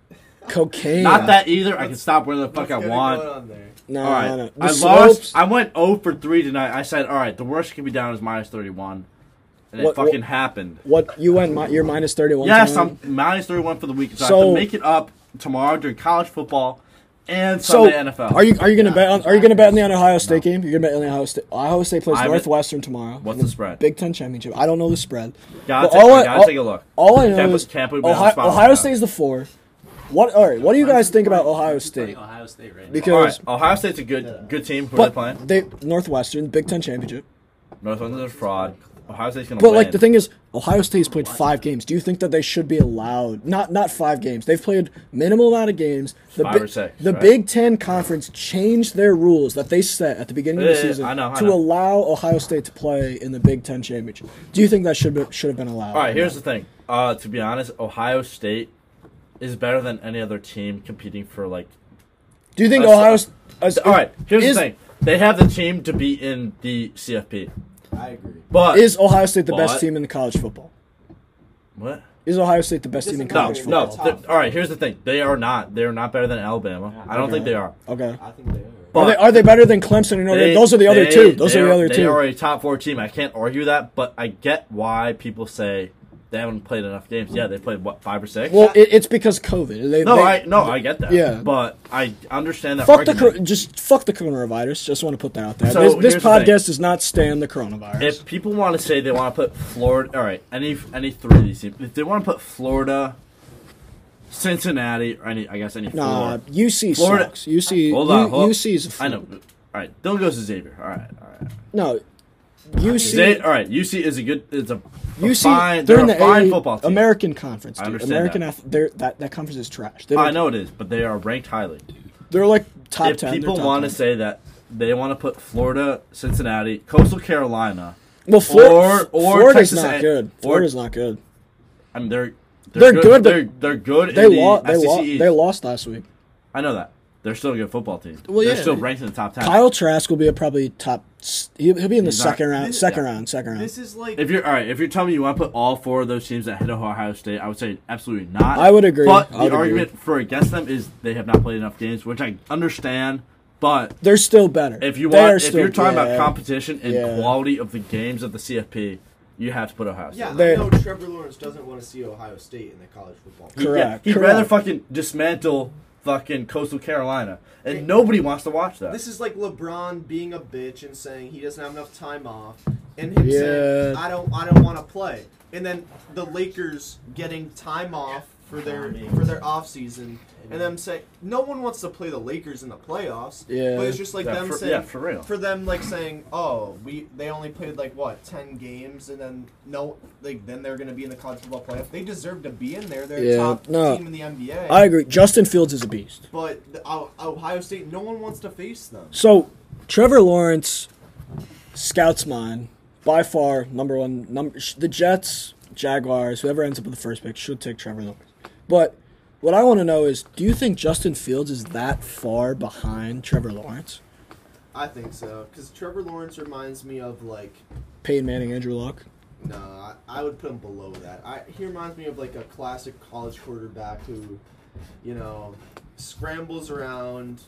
A: cocaine.
D: not that either. I can stop where the
C: what's
D: fuck I
C: gonna go
D: want.
C: on there?
A: No,
D: All right.
A: no, no. The
D: I
A: slopes-
D: lost. I went 0 for 3 tonight. I said, all right, the worst that can be down is minus 31. And it
A: What-
D: fucking
A: what-
D: happened.
A: What you went? Mi- you're minus thirty one.
D: Yes, I'm minus 31 for the week. So, I have
A: So-
D: to make it up tomorrow during college football and
A: So
D: Sunday NFL.
A: are you are you gonna
C: Yeah,
A: bet on are you gonna bet on the Ohio State game? You're gonna bet on the Ohio State. Ohio State plays
D: I haven't-
A: Northwestern tomorrow.
D: What's
A: in
D: the spread?
A: Big Ten championship. I don't know the spread.
D: Gotta,
A: But
D: take,
A: all I-
D: gotta
A: all-
D: take a look.
A: All I know
D: Tampa-
A: is
D: Tampa would be on the
A: Ohio,
D: spot
A: Ohio
D: with that.
A: State's the four. What? All right. What do you guys think about Ohio State?
B: Playing Ohio State right now.
A: Because-
D: All right, Ohio State's a good
C: Yeah.
D: good team. Who are they playing?
A: But they Northwestern Big Ten championship.
D: Northwestern's a fraud. Ohio State's gonna
A: But
D: win.
A: like the thing is, Ohio State's played five games. Do you think that they should be allowed? Not not five games. They've played minimal amount of games. The,
D: Five or six,
A: the
D: right?
A: Big Ten conference changed their rules that they set at the beginning of
D: Yeah,
A: the
D: yeah,
A: season
D: Eh, I know, I
A: to
D: know.
A: allow Ohio State to play in the Big Ten championship. Do you think that should be, should have been allowed?
D: All right, here's the thing. Uh, to be honest, Ohio State is better than any other team competing for like.
A: Do you think
D: Uh, so-
A: Ohio? St- is-
D: All right, here's
A: is-
D: the thing. They have the team to be in the CFP,
C: I agree.
D: but
A: Is Ohio State the best
D: But-
A: team in college football?
D: what?
A: Is Ohio State the best team in
C: Doesn't
D: No,
A: college
C: matter.
D: no.
A: football?
D: they're- All right, here's the thing. They are not. They are not better than Alabama. I don't think they are.
A: Okay.
C: I think they are.
A: Are they,
D: But
A: are they better than Clemson and Notre Dame?
D: They-
A: Those are the other
D: they-
A: two. Those
D: they
A: are the other
D: they
A: two.
D: are a top four team. I can't argue that, but I get why people say they haven't played enough games. Yeah, they played what five or six.
A: Well, it, it's because COVID. They,
D: no,
A: they-
D: I no, I get that.
A: yeah.
D: but I understand that.
A: Fuck the
D: argument.
A: cor- just fuck the coronavirus. Just want to put that out there.
D: So,
A: this this
D: here's the thing.
A: podcast does not stand the coronavirus.
D: If people want to say they want to put Florida, all right, any any three of these teams, if they want to put Florida, Cincinnati, or any, I guess any four.
A: nah, UC
D: Florida-
A: sucks. UC
D: Hold on,
A: U-
D: hold on.
A: UC is a
D: I know. All right, don't go to Xavier. All right, all right.
A: no. UC,
D: They, all right, UC is a good. It's a, a
A: UC,
D: fine.
A: they're in
D: a
A: the
D: fine
A: A-
D: football team.
A: American Conference.
D: I
A: Dude.
D: understand
A: American
D: that.
A: ath- they're, that that conference is trash. They
D: I
A: don't-
D: know it is, but they are ranked highly.
A: They're like top
D: if
A: ten. they're
D: people
A: top
D: want to
A: 10.
D: say that they want to put Florida, Cincinnati, Coastal Carolina,
A: well, Flor-
D: or- or
A: Florida's
D: Texas
A: not
D: A-
A: good.
D: or-
A: Florida's not good.
D: I mean they're
A: They're good, but
D: they're, they're good.
A: They
D: in the
A: lost. They
D: SEC
A: lost.
D: East.
A: They lost last week.
D: I know that they're still a good football team.
A: Well,
D: they're
A: yeah.
D: still ranked in the top ten.
A: Kyle Trask will be a probably top. s- He'll, he'll be in the
D: He's not-
A: second round.
C: this-
A: Second
D: yeah.
A: round. Second round.
C: This is like
D: if you're all right, if you're telling me you want to put all four of those teams that hit Ohio State, I would say absolutely not.
A: I would agree.
D: But
A: I would
D: the
A: agree.
D: argument for against them is they have not played enough games, which I understand. But
A: They're still better.
D: if you
A: They are
D: want, if
A: still
D: you're talking
A: good.
D: about competition and
A: Yeah.
D: quality of the games of the CFP, you have to put Ohio State.
C: yeah,
A: They're-
C: I know Trevor Lawrence doesn't want to see Ohio State in the college football.
D: He- yeah,
A: Correct,
D: he'd
A: correct.
D: rather fucking dismantle fucking Coastal Carolina, and nobody wants to watch that.
C: This is like LeBron being a bitch and saying he doesn't have enough time off, and him saying
A: Yeah.
C: I don't I don't want to play, and then the Lakers getting time off for their for their off season, and them say no one wants to play the Lakers in the playoffs.
A: Yeah.
C: but it's just like
D: Yeah,
C: them
D: for-
C: saying
D: yeah, for real.
C: them like saying oh we they only played like what ten games, and then no like then they're gonna be in the college football playoff. They deserve to be in there. They're
A: Yeah,
C: a top
A: no.
C: team in the NBA.
A: I agree. Justin Fields is a beast.
C: but the, O- Ohio State, no one wants to face them.
A: So, Trevor Lawrence, scouts mine, by far number one. Number sh- the Jets, Jaguars, whoever ends up with the first pick should take Trevor Lawrence. But what I want to know is, do you think Justin Fields is that far behind Trevor Lawrence?
C: I think so, because Trevor Lawrence reminds me of like,
A: Peyton Manning, Andrew Luck.
C: no, I, I would put him below that. I, he reminds me of like a classic college quarterback who, you know, scrambles around,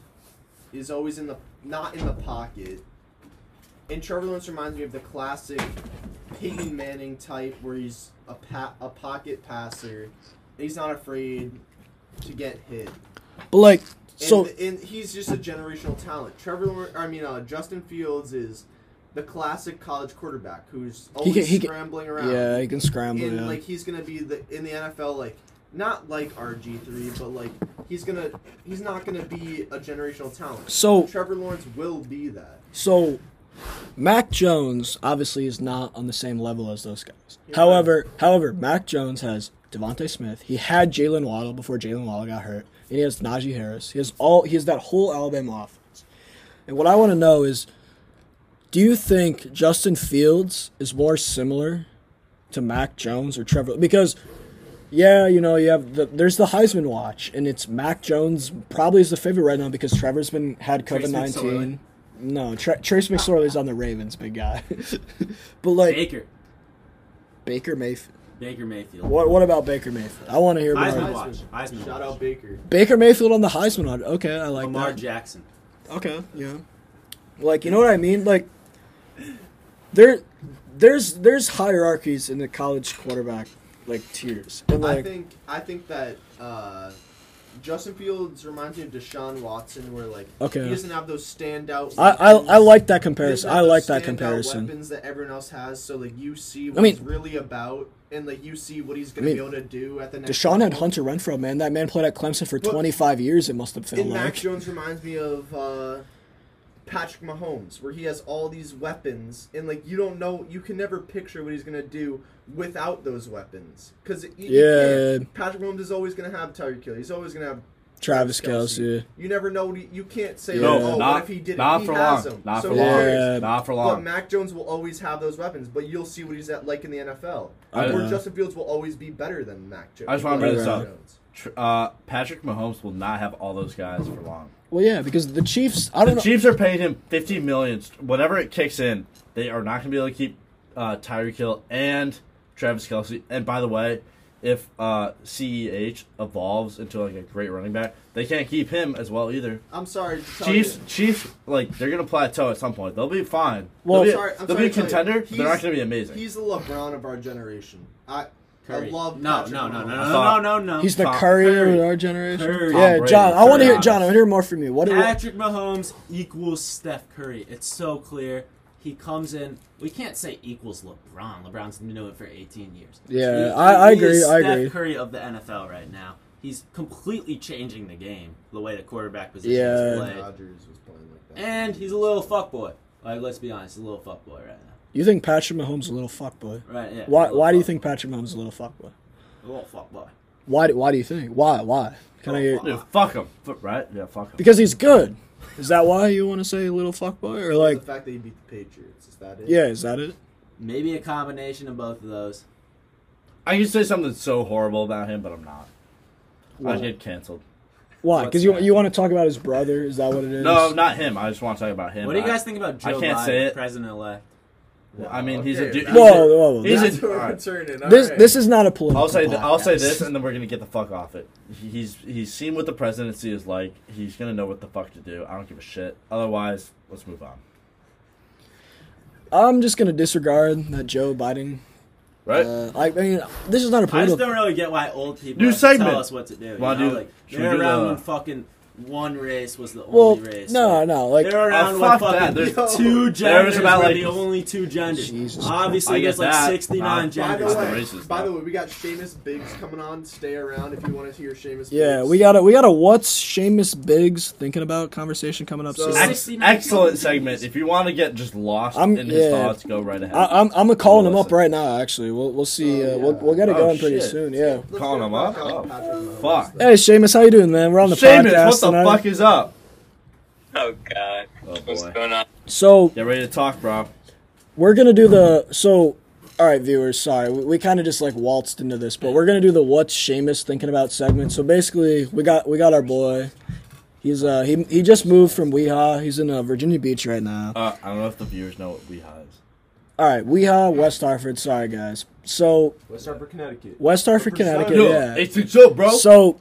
C: is always in the not in the pocket, and Trevor Lawrence reminds me of the classic Peyton Manning type where he's a pa- a pocket passer, he's not afraid to get hit.
A: But like,
C: And,
A: so
C: and he's just a generational talent. Trevor, Law- I mean, uh, Justin Fields is the classic college quarterback who's always
A: can- he can-
C: scrambling around.
A: yeah, he can scramble.
C: and
A: yeah.
C: like he's gonna be the in the NFL, like not like RG three, but like he's gonna he's not gonna be a generational talent.
A: So-
C: Trevor Lawrence will be that.
A: So, Mac Jones obviously is not on the same level as those guys. However, however, Mac Jones has Devonte Smith. He had Jalen Waddle before Jalen Waddle got hurt, and he has Najee Harris. He has all. He has that whole Alabama offense. And what I want to know is, do you think Justin Fields is more similar to Mac Jones or Trevor? Because yeah, you know, you have the, there's the Heisman watch, and it's Mac Jones probably is the favorite right now because Trevor's been had
B: Trace
A: COVID
B: McSorley.
A: nineteen. No, Tra- Trace McSorley's on the Ravens, big guy. [laughs] but like Baker,
B: Baker.
A: Mayfield.
B: Baker Mayfield.
A: What what about Baker Mayfield? I want to hear more.
B: Heisman watch. Heisman
C: Shout
B: watch.
C: out Baker.
A: Baker Mayfield on the Heisman watch. Okay, I like
B: Lamar
A: that.
B: Jackson.
A: Okay, yeah. Like you know what I mean? Like there, there's there's hierarchies in the college quarterback like tiers, and
C: I
A: like
C: think I think that uh, Justin Fields reminds me of Deshaun Watson, where like
A: Okay.
C: he doesn't have those standout.
A: I, I I
C: weapons.
A: like that
C: He
A: comparison.
C: doesn't
A: I
C: have
A: like
C: those
A: that
C: standout
A: comparison.
C: Weapons that everyone else has, so like you see what
A: I mean-
C: he's really about, and like you see what he's
A: I
C: gonna
A: mean,
C: be able to do at the next.
A: Deshaun had
C: level.
A: Hunter Renfro, man. That man played at Clemson for
C: But-
A: 25 years, it must have felt
C: And Mac
A: like.
C: Jones reminds me of uh, Patrick Mahomes, where he has all these weapons, and like you don't know, you can never picture what he's gonna do without those weapons. Because
A: Yeah.
C: Patrick Mahomes is always gonna have Tyreek Hill. He's always gonna have
A: Travis
C: Kelce.
A: Kelce.
C: You never know. what he- You can't say,
A: No,
C: like, oh,
D: not-
C: what if he did?
D: not
C: it? He
D: for
C: has
D: long.
C: them.
D: Not
C: so
D: for
C: who
A: long.
C: cares?
A: Yeah.
D: Not for
C: But
D: long.
C: Mac Jones will always have those weapons, but you'll see what he's at like in the NFL.
D: I-
C: Where Justin Fields will always be better than Mac Jo- than Mac Jones.
D: I just wanna
A: bring this up.
D: Tr- Uh, Patrick Mahomes will not have all those guys for long.
A: Well, yeah, because the Chiefs, I don't
D: The
A: know.
D: Chiefs are paying him fifty million. Whenever it kicks in, they are not going to be able to keep uh, Tyreek Hill and Travis Kelsey. And by the way, if uh, Ceh evolves into like a great running back, they can't keep him as well either.
C: I'm sorry. to tell
D: Chiefs,
C: you.
D: Chiefs, like they're going to plateau at some point. They'll be fine.
A: Well-
D: they'll be,
C: I'm sorry- I'm
D: they'll be a
C: sorry to tell you.
D: contender. but They're
C: He's-
D: not going to be amazing.
C: He's the LeBron of our generation. I, I
B: Curry.
C: love
B: no,
C: Patrick
B: no, no,
C: Mahomes.
B: no,
D: I
B: no,
D: thought-
B: no, no, no.
A: He's the
D: Tom
A: Curry,
B: Curry.
A: of our generation.
B: Curry. Tom
A: Yeah,
D: Brady,
A: John, I want to hear
D: Curry.
A: John. I want to hear more from you. What? what
B: Patrick Mahomes equals Steph Curry. It's so clear. He comes in. We can't say equals LeBron. LeBron's been doing it for 18 years.
A: Yeah,
B: He-
A: I- I
B: he is
A: agree, I
B: Steph
A: agree.
B: Curry of the NFL right now. He's completely changing the game, the way the quarterback position
A: Yeah.
B: is
C: Aaron
B: played.
C: Rodgers was playing like that.
B: And he's a little fuckboy. Like, let's be honest, he's a little fuckboy right now.
A: You think Patrick Mahomes is a little fuckboy?
B: Right. Yeah.
A: Why? Why do you think Patrick Mahomes is a little fuckboy?
B: Oh fuck, boy.
A: Why? do- Why do you think? Why? Why? Can I hear?
D: Yeah, fuck him. Right? Yeah, fuck him.
A: Because he's good. Is that why you want to say little fuckboy or like?
C: the fact that you beat the Patriots is that it?
A: Yeah, is that it?
B: Maybe a combination of both of those.
D: I could say something so horrible about him, but I'm not.
A: Why?
D: I get canceled.
A: Why?
B: What's
A: Because you
B: that?
A: you want to talk about his brother? Is that what it is?
D: No, not him. I just want to talk about him.
B: What do you
D: I-
B: guys think about
D: I
B: Joe
D: can't
B: Biden,
D: say it.
B: president elect?
D: I mean, he's a
E: Okay,
D: dude.
E: that's-
A: Whoa, whoa, whoa.
D: He's a-
E: That's where
D: all
E: we're
D: right.
E: turning. all
A: This
E: right.
A: this is not a political.
D: I'll say th- I'll say
A: podcast.
D: this, and then we're gonna get the fuck off it. He's he's seen what the presidency is like. He's gonna know what the fuck to do. I don't give a shit. Otherwise, let's move on.
A: I'm just gonna disregard that Joe Biden.
D: Right?
A: Uh, I mean, this is not a
B: I just
A: political.
B: don't really get why old people
D: New
B: have to
D: segment.
B: tell us what to do. You
D: Wanna
B: know?
D: do-
B: like,
D: should we
B: they're
D: do
B: around
D: the-
B: when fucking one race was the
A: Well,
B: only race.
A: no,
B: Like,
A: no, like
B: they're around
D: Oh,
B: when
D: fuck
B: fucking
D: that. There's-
B: two
D: There's
B: genders
D: about,
B: were
D: like-
B: the only two genders.
A: Jesus
D: I
B: Obviously,
D: get
B: there's like
D: that.
B: 69
D: Nah.
C: By the,
B: genders.
D: It's
C: way,
D: racist,
C: by
D: though.
C: the way, we got Seamus Biggs coming on. Stay around if you want to hear Seamus.
A: yeah,
C: Biggs.
A: we got a we got a what's Seamus Biggs thinking about conversation coming up
C: So-
A: soon.
D: Ex-
B: 69
D: excellent segment. If you want to get just lost
A: I'm-
D: in his
A: yeah.
D: thoughts, go right ahead.
A: I, I'm I'm a calling him up
D: Listen.
A: right now. Actually, we'll we'll see.
C: Oh,
A: Uh, we'll
C: yeah.
A: we'll get it
D: Oh,
A: going pretty
D: shit.
A: soon. Yeah.
C: Let's
D: Calling
C: go
D: him
C: back
D: up?
C: on
D: Oh,
C: Patrick Mahomes.
D: fuck.
A: Hey Seamus, how you doing, man? We're on the
D: Seamus,
A: podcast
D: what the
A: tonight.
D: fuck is up?
F: [laughs] Oh god.
D: Oh
F: What's
D: boy,
F: going on?
A: So
D: get ready to talk, bro.
A: we're gonna do the so. All right, viewers. Sorry, we, we kind of just like waltzed into this, but we're gonna do the "What's Seamus Thinking About" segment. So basically, we got we got our boy. He's uh he he just moved from Weehaw. He's in uh, Virginia Beach right now.
D: Uh, I don't know if the viewers know what we have.
A: All right, Weehaw, West Hartford. Sorry, guys. So
C: West Hartford, Connecticut.
A: West Hartford,
C: Represent-
A: Connecticut. yeah.
D: it's up, bro.
A: So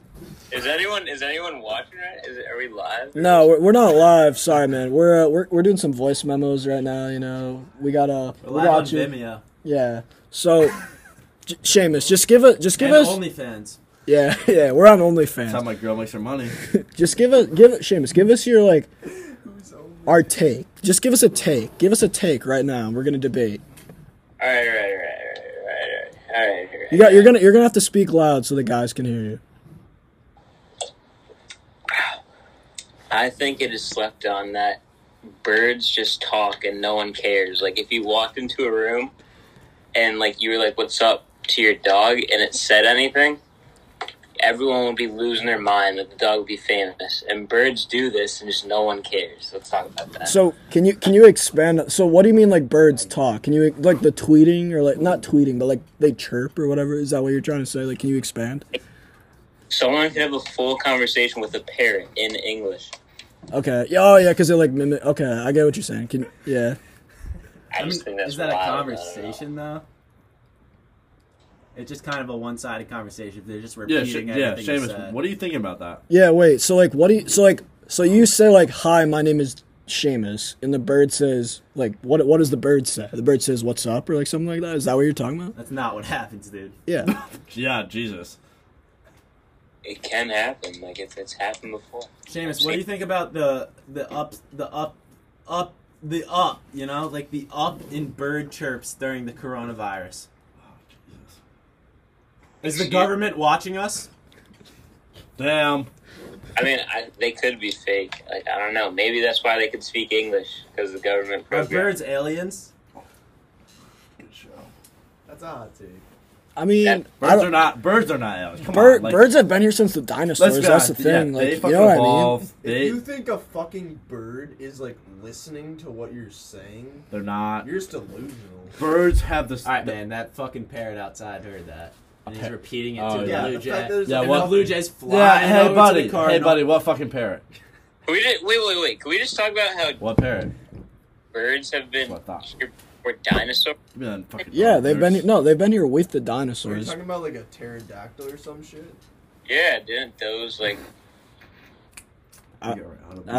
F: Is anyone is anyone watching right? Is are we live?
A: no, we're, we're not live. Sorry, man. We're uh, we're we're doing some voice memos right now. You know, we got uh,
B: We're
A: we
B: live on
A: got you.
B: Vimeo.
A: Yeah. So, [laughs] J- Seamus, just give us just give
B: and
A: us.
B: OnlyFans.
A: yeah, [laughs] yeah. We're on
D: That's how
A: OnlyFans.
D: my girl makes her money.
A: Just give us give it, Seamus. Give us your like our take. Just give us a take. Give us a take right now. We're gonna debate.
F: Alright, right, right, right, right, right, right, right.
A: You got you're gonna you're gonna have to speak loud so the guys can hear you.
F: I think it is slept on that birds just talk and no one cares. Like if you walked into a room and like you were like, What's up to your dog and it said anything, everyone would be losing their mind that the dog would be famous. And birds do this and just no one cares. Let's talk about that.
A: So can you can you expand? So what do you mean like birds talk? Can you like the tweeting or like not tweeting but like they chirp or whatever? Is that what you're trying to say? Like can you expand?
F: Someone could have a full conversation with a parrot in English.
A: Okay. Yeah, Oh yeah, because they like mimic. Okay, I get what you're saying. Can yeah.
F: I
B: I mean,
F: just think that's
B: is that a
F: wild. I don't know.
B: conversation though? It's just kind of a one-sided conversation. They're just
D: Yeah,
B: repeating
D: sh- yeah.
B: everything you
D: Seamus,
B: said.
D: what are you thinking about that?
A: Yeah, wait. So like, what do you? So like, so you say like, "Hi, my name is Seamus," and the bird says like, "What? What does the bird say?" The bird says, "What's up?" or like something like that. Is that what you're talking about?
B: That's not what [laughs] happens, dude.
A: Yeah.
D: Yeah, Jesus.
F: It can happen. Like it's it's happened before.
B: Seamus, what do you think about the the up the up up the up? You know, like the up in bird chirps during the coronavirus.
D: Oh,
B: Is the government watching us?
D: Damn.
F: I mean, I, they could be fake. Like I don't know. Maybe that's why they could speak English because the government
B: Are
F: program.
B: birds aliens?
D: Good show.
C: That's a hot take.
A: I mean, I
F: That-
D: Birds
A: don't-
D: are not. Birds are not aliens. Come
A: bird,
D: on, like,
A: birds have been here since the
D: Let's
A: dinosaurs.
D: be
A: That's the
D: honest, yeah,
A: thing.
D: they
A: like, you
D: fucking
A: know what I mean?
D: evolved.
C: If
D: They,
C: you think a fucking bird is like listening to what you're saying,
D: they're not.
C: you're just delusional.
D: Birds have this.
B: All right, man. That fucking parrot outside heard that, and he's
D: Okay.
B: repeating it
D: Oh,
B: to the
D: yeah.
B: blue
C: the fact that
B: jay.
C: there's,
D: Yeah,
C: like,
B: And the
D: what-
B: blue jay's
D: Yeah,
B: flying
D: hey
B: over to
D: buddy,
B: the
D: hey
B: cardinal.
D: buddy, what fucking parrot?
F: we did. Wait, wait, wait. Can we just talk about how
D: What parrot?
F: birds have
D: That's
F: been
D: what I thought.
F: here before dinosaurs?
D: Give me that fucking
A: Yeah, they've been
D: birds.
A: he- no, they've been here with the
C: Are you
A: dinosaurs.
C: talking about like a pterodactyl or some shit?
F: Yeah, didn't those like?
A: I- I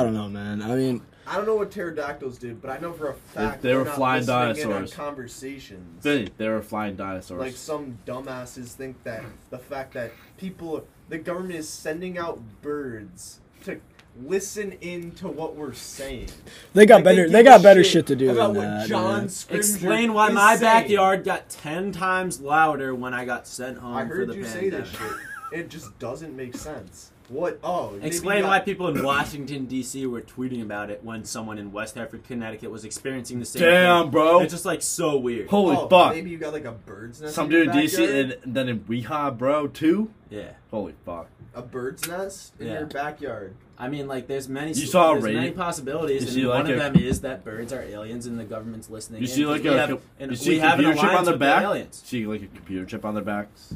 A: don't know, man. I mean,
C: I don't know what pterodactyls did, but I know for a fact
D: they were
C: they're not
D: flying
C: listening in on
D: dinosaurs.
C: conversations.
D: Vinny, they were flying dinosaurs.
C: Like some dumbasses think that the fact that people, the government is sending out birds to listen in to what we're saying.
A: they got
C: Like,
A: better.
C: give
A: They,
C: a
A: got better
C: shit
A: shit, to do
C: about
A: than
C: what
A: that.
C: John
A: man.
C: Scrimger
B: Explain why
C: is
B: my
C: saying.
B: backyard got ten times louder when I got sent home
C: I
B: for
C: heard
B: the
C: you say
B: pandemic.
C: this shit. It just doesn't make sense. What? Oh, maybe
B: Explain
C: not-
B: why people in Washington D.C. were tweeting about it when someone in West Hartford, Connecticut, was experiencing the same.
D: Damn,
B: thing.
D: bro.
B: It's just like so weird.
D: Holy
C: oh,
D: fuck.
C: Maybe you got like a bird's nest.
D: Some
C: in your
D: dude in DC
C: backyard?
D: and then in Weehaw, bro, too.
B: Yeah,
D: Holy fuck.
C: a bird's nest in
B: Yeah.
C: your backyard.
B: I mean, like there's many.
D: You saw a
B: there's many
D: rating?
B: possibilities,
D: You
B: and
D: see,
B: one
D: like,
B: of
D: a-
B: them is that birds are aliens and the government's listening.
D: You
B: in
D: see
B: because
D: like
B: we
D: a
B: have,
D: co-
B: and
D: you see
B: we
D: a
B: have an
D: computer chip on
B: alliance
D: their
B: with the
D: back.
B: aliens.
D: see like a computer chip on their backs.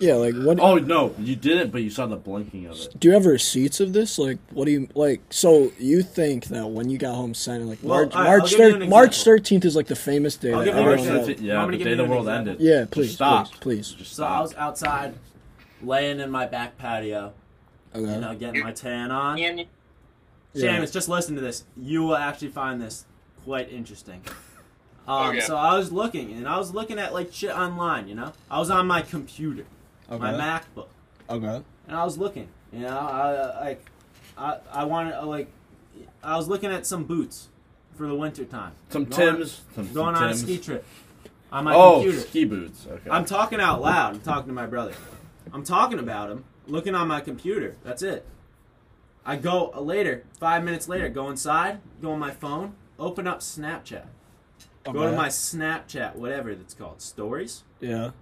A: Yeah, like what?
D: Oh no, you didn't, but you saw the blinking of it.
A: Do you have receipts of this? Like, what do you like? So you think that when you got home Senate, like
B: Well,
A: March
B: all right, I'll
A: March
B: give you an
A: thir- March
B: example.
A: thirteenth is like the famous day.
B: I'll
A: that
B: give you an
A: everyone
B: example.
A: knows.
D: yeah,
B: Want me
D: the
B: to
D: day
B: give
D: the
B: you an
D: world
B: example?
D: ended.
A: Yeah,
D: Just
A: please,
D: stop.
A: please, please.
D: Just
B: So I
D: stop.
B: was outside, laying in my back patio,
A: Okay.
B: you know, getting my tan on.
F: And
A: Yeah.
B: James, just listen to this. You will actually find this quite
D: [laughs]
B: interesting. Um,
F: Okay.
B: So I was looking, and I was looking at like shit online. You know, I was on my computer, my MacBook,
A: Okay.
B: and I was looking. You know, I uh, like, I I wanted uh, like, I was looking at some boots for the winter time.
D: Some
B: Going on-
D: Tims. Some,
B: Going
D: some
B: on a
D: Tims.
B: ski trip on my
D: Oh,
B: computer.
D: ski boots. Okay.
B: I'm talking out loud. I'm talking to my brother. I'm talking about him, looking on my computer. That's it. I go uh, later, five minutes later, go inside, go on my phone, open up Snapchat. Go to
A: Okay.
B: my Snapchat, whatever it's called, stories.
A: Yeah.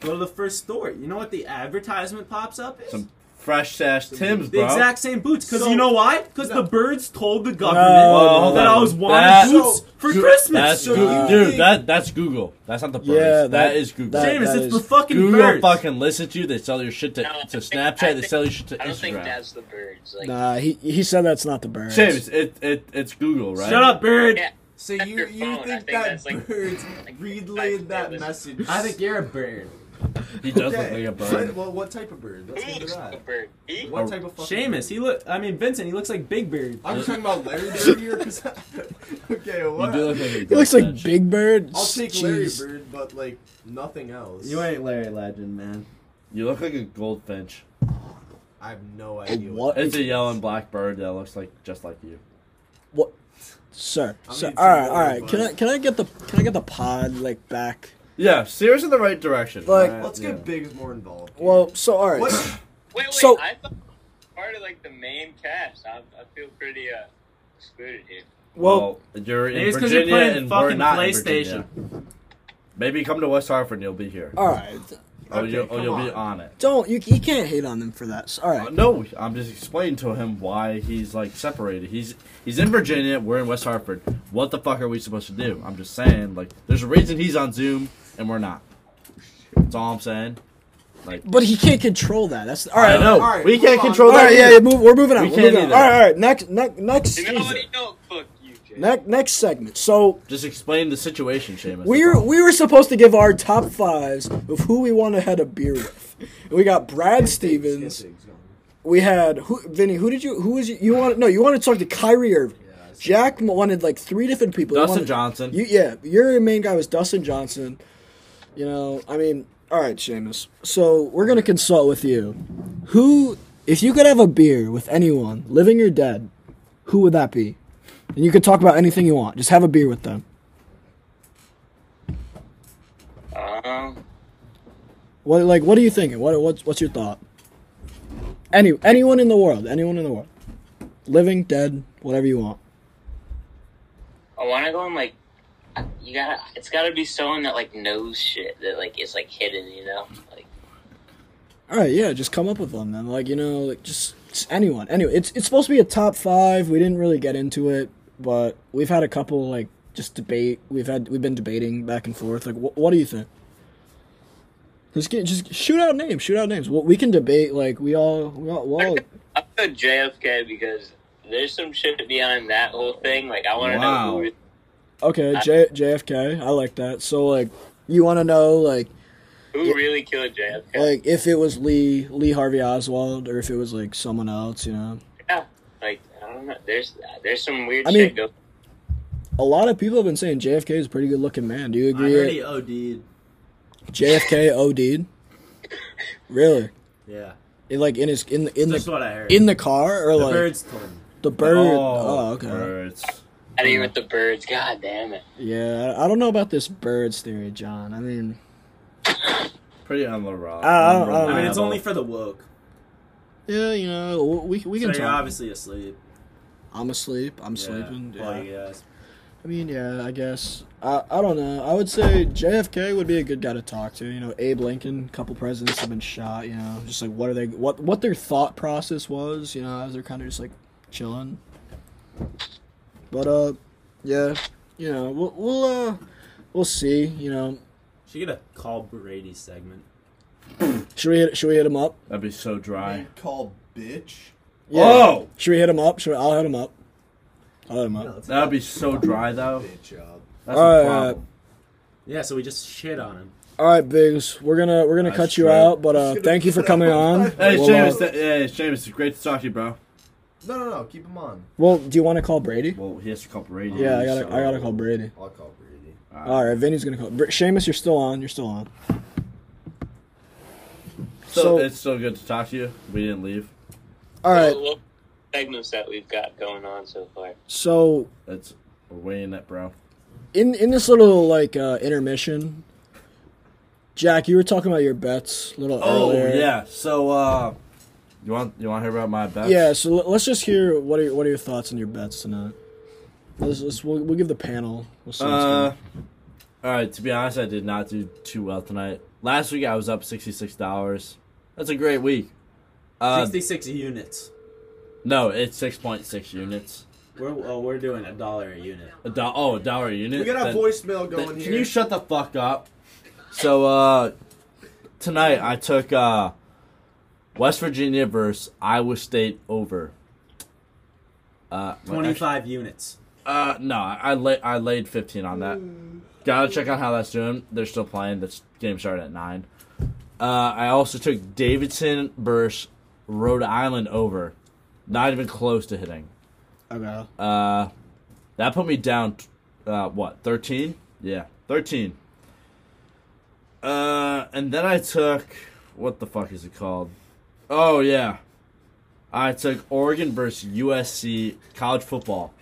B: Go to the first story. You know what the advertisement pops up is?
D: some fresh sash Tims,
B: the
D: bro.
B: exact same boots. Because
C: So-
B: you know why? Because the
C: No.
B: birds told the
A: No.
B: government
D: Oh, hold
B: that
D: on.
B: I was wanting
D: That-
B: boots for
D: Dude,
B: Christmas.
D: That's
C: So
D: Goo-
C: you
D: dude.
C: think-
D: That that's Google. That's not the birds.
A: Yeah, that-
D: that is Google.
A: that-
B: James, it's
A: is-
B: the fucking
D: Google
B: birds.
D: fucking listens to you. They sell your shit to,
F: No,
D: to
F: I think-
D: Snapchat.
F: I
D: they
F: think-
D: sell your shit to
F: I don't think
D: Instagram.
F: that's the birds. Like,
A: Nah, he he said that's not the birds.
D: James, it, it it's Google, right?
B: Shut up, bird.
F: Yeah.
C: So
F: That's
C: you
F: your
C: you
F: phone. I
C: think,
F: think
C: that
F: that's, like-
C: [laughs] birds
F: like,
C: relayed
F: like,
C: that
F: it was-
C: message?
B: I think you're a bird.
D: He does
C: okay.
D: look like a
B: [laughs]
C: What,
D: bird.
C: well, what type of bird? Let's get
F: Who's
C: to
F: the
C: that.
F: bird? He?
C: What type of fucking
B: Seamus, he
C: bird?
B: look. I mean, Vincent, he looks like Big Bird.
C: I'm talking about Larry Bird here. 'cause [laughs] I- okay,
D: You
C: what?
D: do look like a
A: He looks like
D: bitch.
A: Big Bird.
C: I'll take
A: Jeez.
C: Larry Bird, but like nothing else.
B: You ain't Larry Legend, man.
D: You look like a goldfinch.
C: I have no idea.
A: what?
D: It's a yellow and black bird that looks like just like you.
A: What? Sir, sir.
C: eating
A: All right,
C: some
A: all right.
C: Oreo
A: Can I
C: bars.
A: can I get the can I get the pod like back?
D: Yeah, steer us in the right direction.
A: Like-
D: Alright,
C: Let's
D: yeah.
C: get Biggs more involved. here.
A: Well, so all right.
C: what?
F: Wait, wait.
A: So-
F: I thought part of like the main cast. I, I feel pretty uh, excluded here.
A: Well,
D: Well, you're in
B: Maybe it's 'cause you're
D: Virginia
B: playing
D: and we're
B: fucking
D: not In
B: PlayStation.
D: Virginia. Maybe come to West Hartford and you'll be here.
A: all right.
D: oh,
C: Okay,
D: you'll, oh,
C: come
D: you'll be
C: on.
D: on it.
A: Don't you you can't hate on them for that. So, all
D: Uh,
A: right.
D: no, I'm just explaining to him why he's like separated. He's he's in Virginia. We're in West Hartford. What the fuck are we supposed to do? I'm just saying. Like, there's a reason he's on Zoom and we're not. That's all I'm saying. Like,
A: But he can't control that. That's all
D: I
A: right.
D: know
C: Alright,
D: we
C: move
D: can't
C: on.
D: control
A: All
D: that.
A: right, yeah, yeah move, we're moving on.
D: We
A: We are
D: can't
A: moving on.
D: either.
A: All right, all right. Next, next, next,
F: You know what?
A: season.
F: You know, fuck you, Jay.
A: next, next segment. So
D: Just explain the situation, Seamus.
A: we were we were supposed to give our top fives of who we want to had a beer with. And We got Brad Stevens. We had who, Vinny. Who did you? Who was you? You wanted no. You wanted to talk to Kyrie Irving. Jack m- wanted like three different people. He
D: Dustin
A: wanted-
D: Johnson.
A: You, yeah, your main guy was Dustin Johnson. You know, I mean, all right, Seamus. So we're gonna consult with you. Who, if you could have a beer with anyone, living or dead, who would that be? And you can talk about anything you want. Just have a beer with them.
F: Um,
A: What like what are you thinking? What what's what's your thought? Any anyone in the world, anyone in the world, living, dead, whatever you want.
F: I want to go and like. I- You gotta. It's gotta be someone that like knows shit that like is like hidden. You know, like
A: All right, yeah, just come up with one then. Like you know, like just just anyone. Anyway, it's it's supposed to be a top five. We didn't really get into it, but we've had a couple like just debate. We've had we've been debating back and forth. Like, wh- what do you think? Just get, just shoot out names. Shoot out names. Well, we can debate. Like we all we all. We all
F: i will go JFK because there's some shit beyond that whole thing. Like I want to
D: Wow.
F: know who.
A: okay, J, JFK. I like that. So like, you want to know like
F: Who really killed JFK?
A: like if it was Lee Lee Harvey Oswald or if it was like someone else. You know,
F: yeah, like I don't know. There's there's some weird
A: I mean-
F: shit going.
A: a lot of people have been saying JFK is a pretty good looking man. Do you
B: I
A: agree?
B: heard he OD'd.
A: JFK OD'd. oh, Really?
B: Yeah,
A: In, like in his in the in
B: that's
A: the
B: what I heard.
A: in the car or
B: the
A: like
B: birds told me.
A: the bird?
D: Oh,
A: Oh, okay.
D: Birds.
F: I mean, with the birds. [laughs] God damn it.
A: Yeah, I I don't know about this birds theory, John. I mean,
D: Pretty unreliable.
A: Oh, I- I don't- I don't
B: I mean, it's
A: Wow.
B: only for the woke.
A: yeah, you know, w- we we
B: So
A: can
B: you're
A: talk.
B: obviously asleep.
A: I'm asleep. I'm sleeping.
B: Yeah. Well,
A: yeah.
B: yes.
A: I mean, yeah, I guess. I, I don't know. I would say JFK would be a good guy to talk to. You know, Abe Lincoln, couple presidents have been shot. You know, just like what are they? What what their thought process was? You know, as they're kind of just like chilling. But uh, yeah, you know, we'll we'll uh, we'll see. You know,
B: Should get a call Brady segment.
A: should we hit, should we hit him up?
D: That'd be so dry.
C: Call bitch.
A: Yeah.
D: Oh!
A: Should we hit him up? Should we, I'll hit him up. I'll hit him up.
C: that's
D: That'd be so dry though.
C: bitch up.
D: That's
A: All
D: a
A: right,
D: problem.
B: Yeah, so we just shit on him.
A: All right, Biggs, we're gonna we're gonna
D: That's
A: cut you
D: true.
A: out, but uh,
C: Just gonna
A: thank you for
C: cut
A: coming
C: out.
A: on.
D: Hey,
A: We'll,
D: Seamus.
A: uh,
D: th- hey, Seamus. It's great to talk to you, bro.
C: No, no, no. Keep him on.
A: well, do you want to call Brady?
D: Well, he has to call Brady.
A: Yeah, I gotta
D: so-
A: I gotta call Brady.
C: I'll call Brady.
A: All right, Vinny's gonna call. Br- Seamus, you're still on. You're still on.
D: So,
A: So-
D: it's so good to talk to you. We didn't leave.
A: All right,
D: Oh.
F: Well, what segments that we've got going on so far.
A: so
D: That's we're weighing it, bro.
A: in in this little like uh, intermission, Jack, you were talking about your bets a little
D: Oh
A: earlier.
D: yeah. So uh, you want you want to hear about my bets?
A: yeah. So l- let's just hear what are your, what are your thoughts on your bets tonight? Let's, let's we'll, we'll give the panel. We'll see what's
D: Uh,
A: going
D: all right. To be honest, I did not do too well tonight. Last week I was up sixty six dollars. That's a great week. Uh,
B: Sixty-six units.
D: no, it's six point six units.
B: We're well, we're doing a dollar a unit.
D: A do- oh, a dollar a unit.
C: We got
D: Then-
C: a
D: then-
C: voicemail going here.
D: Can you shut the fuck up? So uh, tonight I took uh, West Virginia versus Iowa State over. Uh, well, actually-
B: Twenty-five units.
D: Uh, no, I, I laid I laid fifteen on that. Gotta check on how that's doing. They're still playing. This game started at nine. Uh, I also took Davidson versus Rhode Island over. Not even close to hitting.
A: on. Okay.
D: Uh, that put me down. t- Uh, what thirteen? Yeah, thirteen. Uh, and then I took what the fuck is it called? Oh yeah, I took Oregon versus USC college football.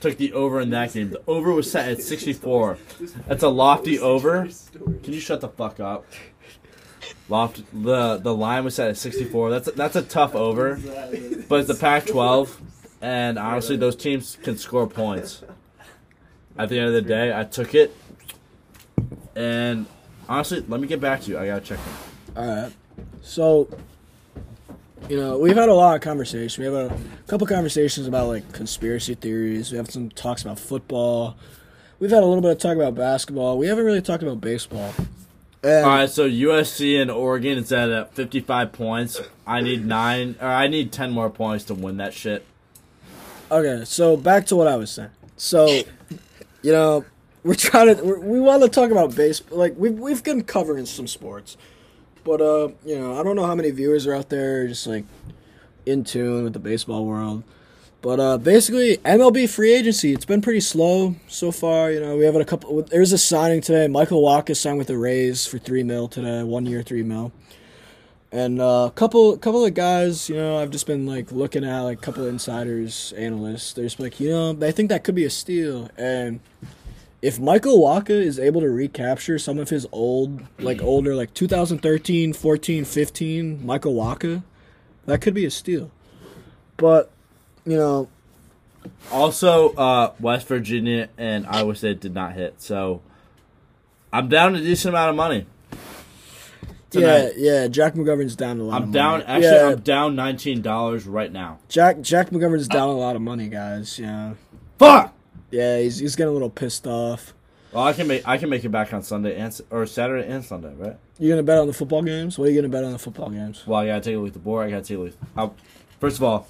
D: Took the over in that game. The over was set at sixty-four. That's a lofty
C: [laughs]
D: over. Can you shut the fuck up? Loft the the line was set at sixty-four. That's a, that's a tough over. But it's the Pac-12, and honestly, those teams can score points. At the end of the day, I took it, and honestly, let me get back to you. I gotta check. In.
A: All right. So, you know, we've had a lot of conversation. We have a couple conversations about like conspiracy theories. We have some talks about football. We've had a little bit of talk about basketball. We haven't really talked about baseball. And,
D: All right, so USC and Oregon is at uh, 55 points. I need nine, or I need 10 more points to win that shit.
A: Okay, so back to what I was saying. So, [laughs] you know, we're trying to we're, we want to talk about baseball. Like we've we've been covering some sports, but uh, you know, I don't know how many viewers are out there just like in tune with the baseball world. But uh, basically, MLB free agency. It's been pretty slow so far. You know, we have a couple. There's a signing today. Michael Walker signed with the Rays for three mil today, one year, three mil and a uh, couple couple of guys you know i've just been like looking at like a couple insiders analysts they're just like you know i think that could be a steal and if michael waka is able to recapture some of his old like older like 2013 14 15 michael waka that could be a steal but you know
D: Also, uh, West Virginia and Iowa State did not hit, so I'm down a decent amount of money. Tonight.
A: yeah yeah jack mcgovern's down a lot
D: I'm
A: of
D: down.
A: money.
D: Actually,
A: Yeah,
D: I'm down nineteen dollars right now.
A: jack jack mcgovern's down a lot of money guys yeah
D: Fuck.
A: yeah he's, he's getting a little pissed off
D: Well, I can make I can make it back on Sunday and S- or Saturday and Sunday, right?
A: You're gonna bet on the football games? What are you gonna bet on the football games?
D: Well, I gotta take a look at the board. I gotta take a look. I'll, first of all,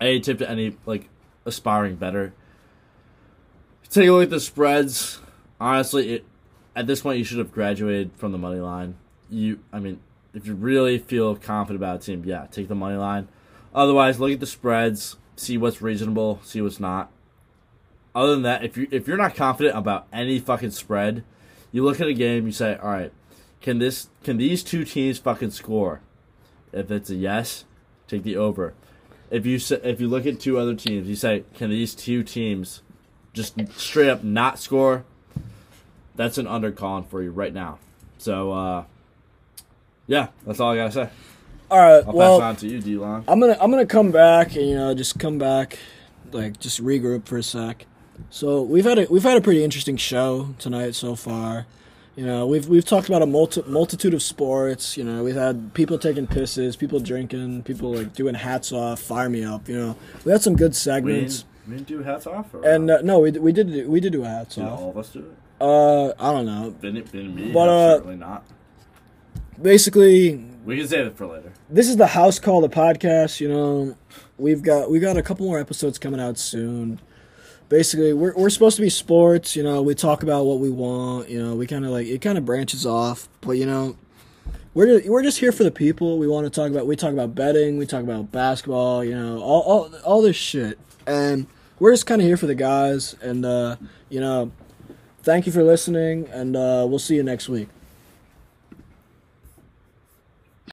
D: any tip to any like aspiring better. Take a look at the spreads. Honestly, it, at this point, you should have graduated from the money line. You, I mean, if you really feel confident about a team, yeah, take the money line. Otherwise, look at the spreads, see what's reasonable, see what's not. Other than that, if you if you're not confident about any fucking spread, you look at a game, you say, all right, can this can these two teams fucking score? If it's a yes, take the over. If you s- if you look at two other teams, you say, can these two teams just straight up not score? That's an under calling for you right now. So uh, yeah, that's all I gotta say.
A: All right.
D: I'll
A: well,
D: pass it on to you, D-Lon.
A: I'm gonna I'm gonna come back and you know just come back, like just regroup for a sec. So we've had a we've had a pretty interesting show tonight so far. You know we've we've talked about a multi, multitude of sports. You know we've had people taking pisses, people drinking, people like doing hats off, fire me up. You know we had some good
D: We
A: segments.
D: didn't, we didn't do hats off? Or,
A: And uh, no, we d- we did do- we did do a hats
D: did
A: off.
D: all of us do it?
A: Uh, I don't know.
D: Didn't it been me?
A: But, uh,
D: Certainly not.
A: Basically,
D: We can save it for later.
A: this is the house call the podcast you know we've got we got a couple more episodes coming out soon basically we're, we're supposed to be sports you know we talk about what we want you know we kind of like it kind of branches off but you know we're just, we're just here for the people we want to talk about we talk about betting we talk about basketball you know all all, all this shit and we're just kind of here for the guys and uh you know thank you for listening and uh we'll see you next week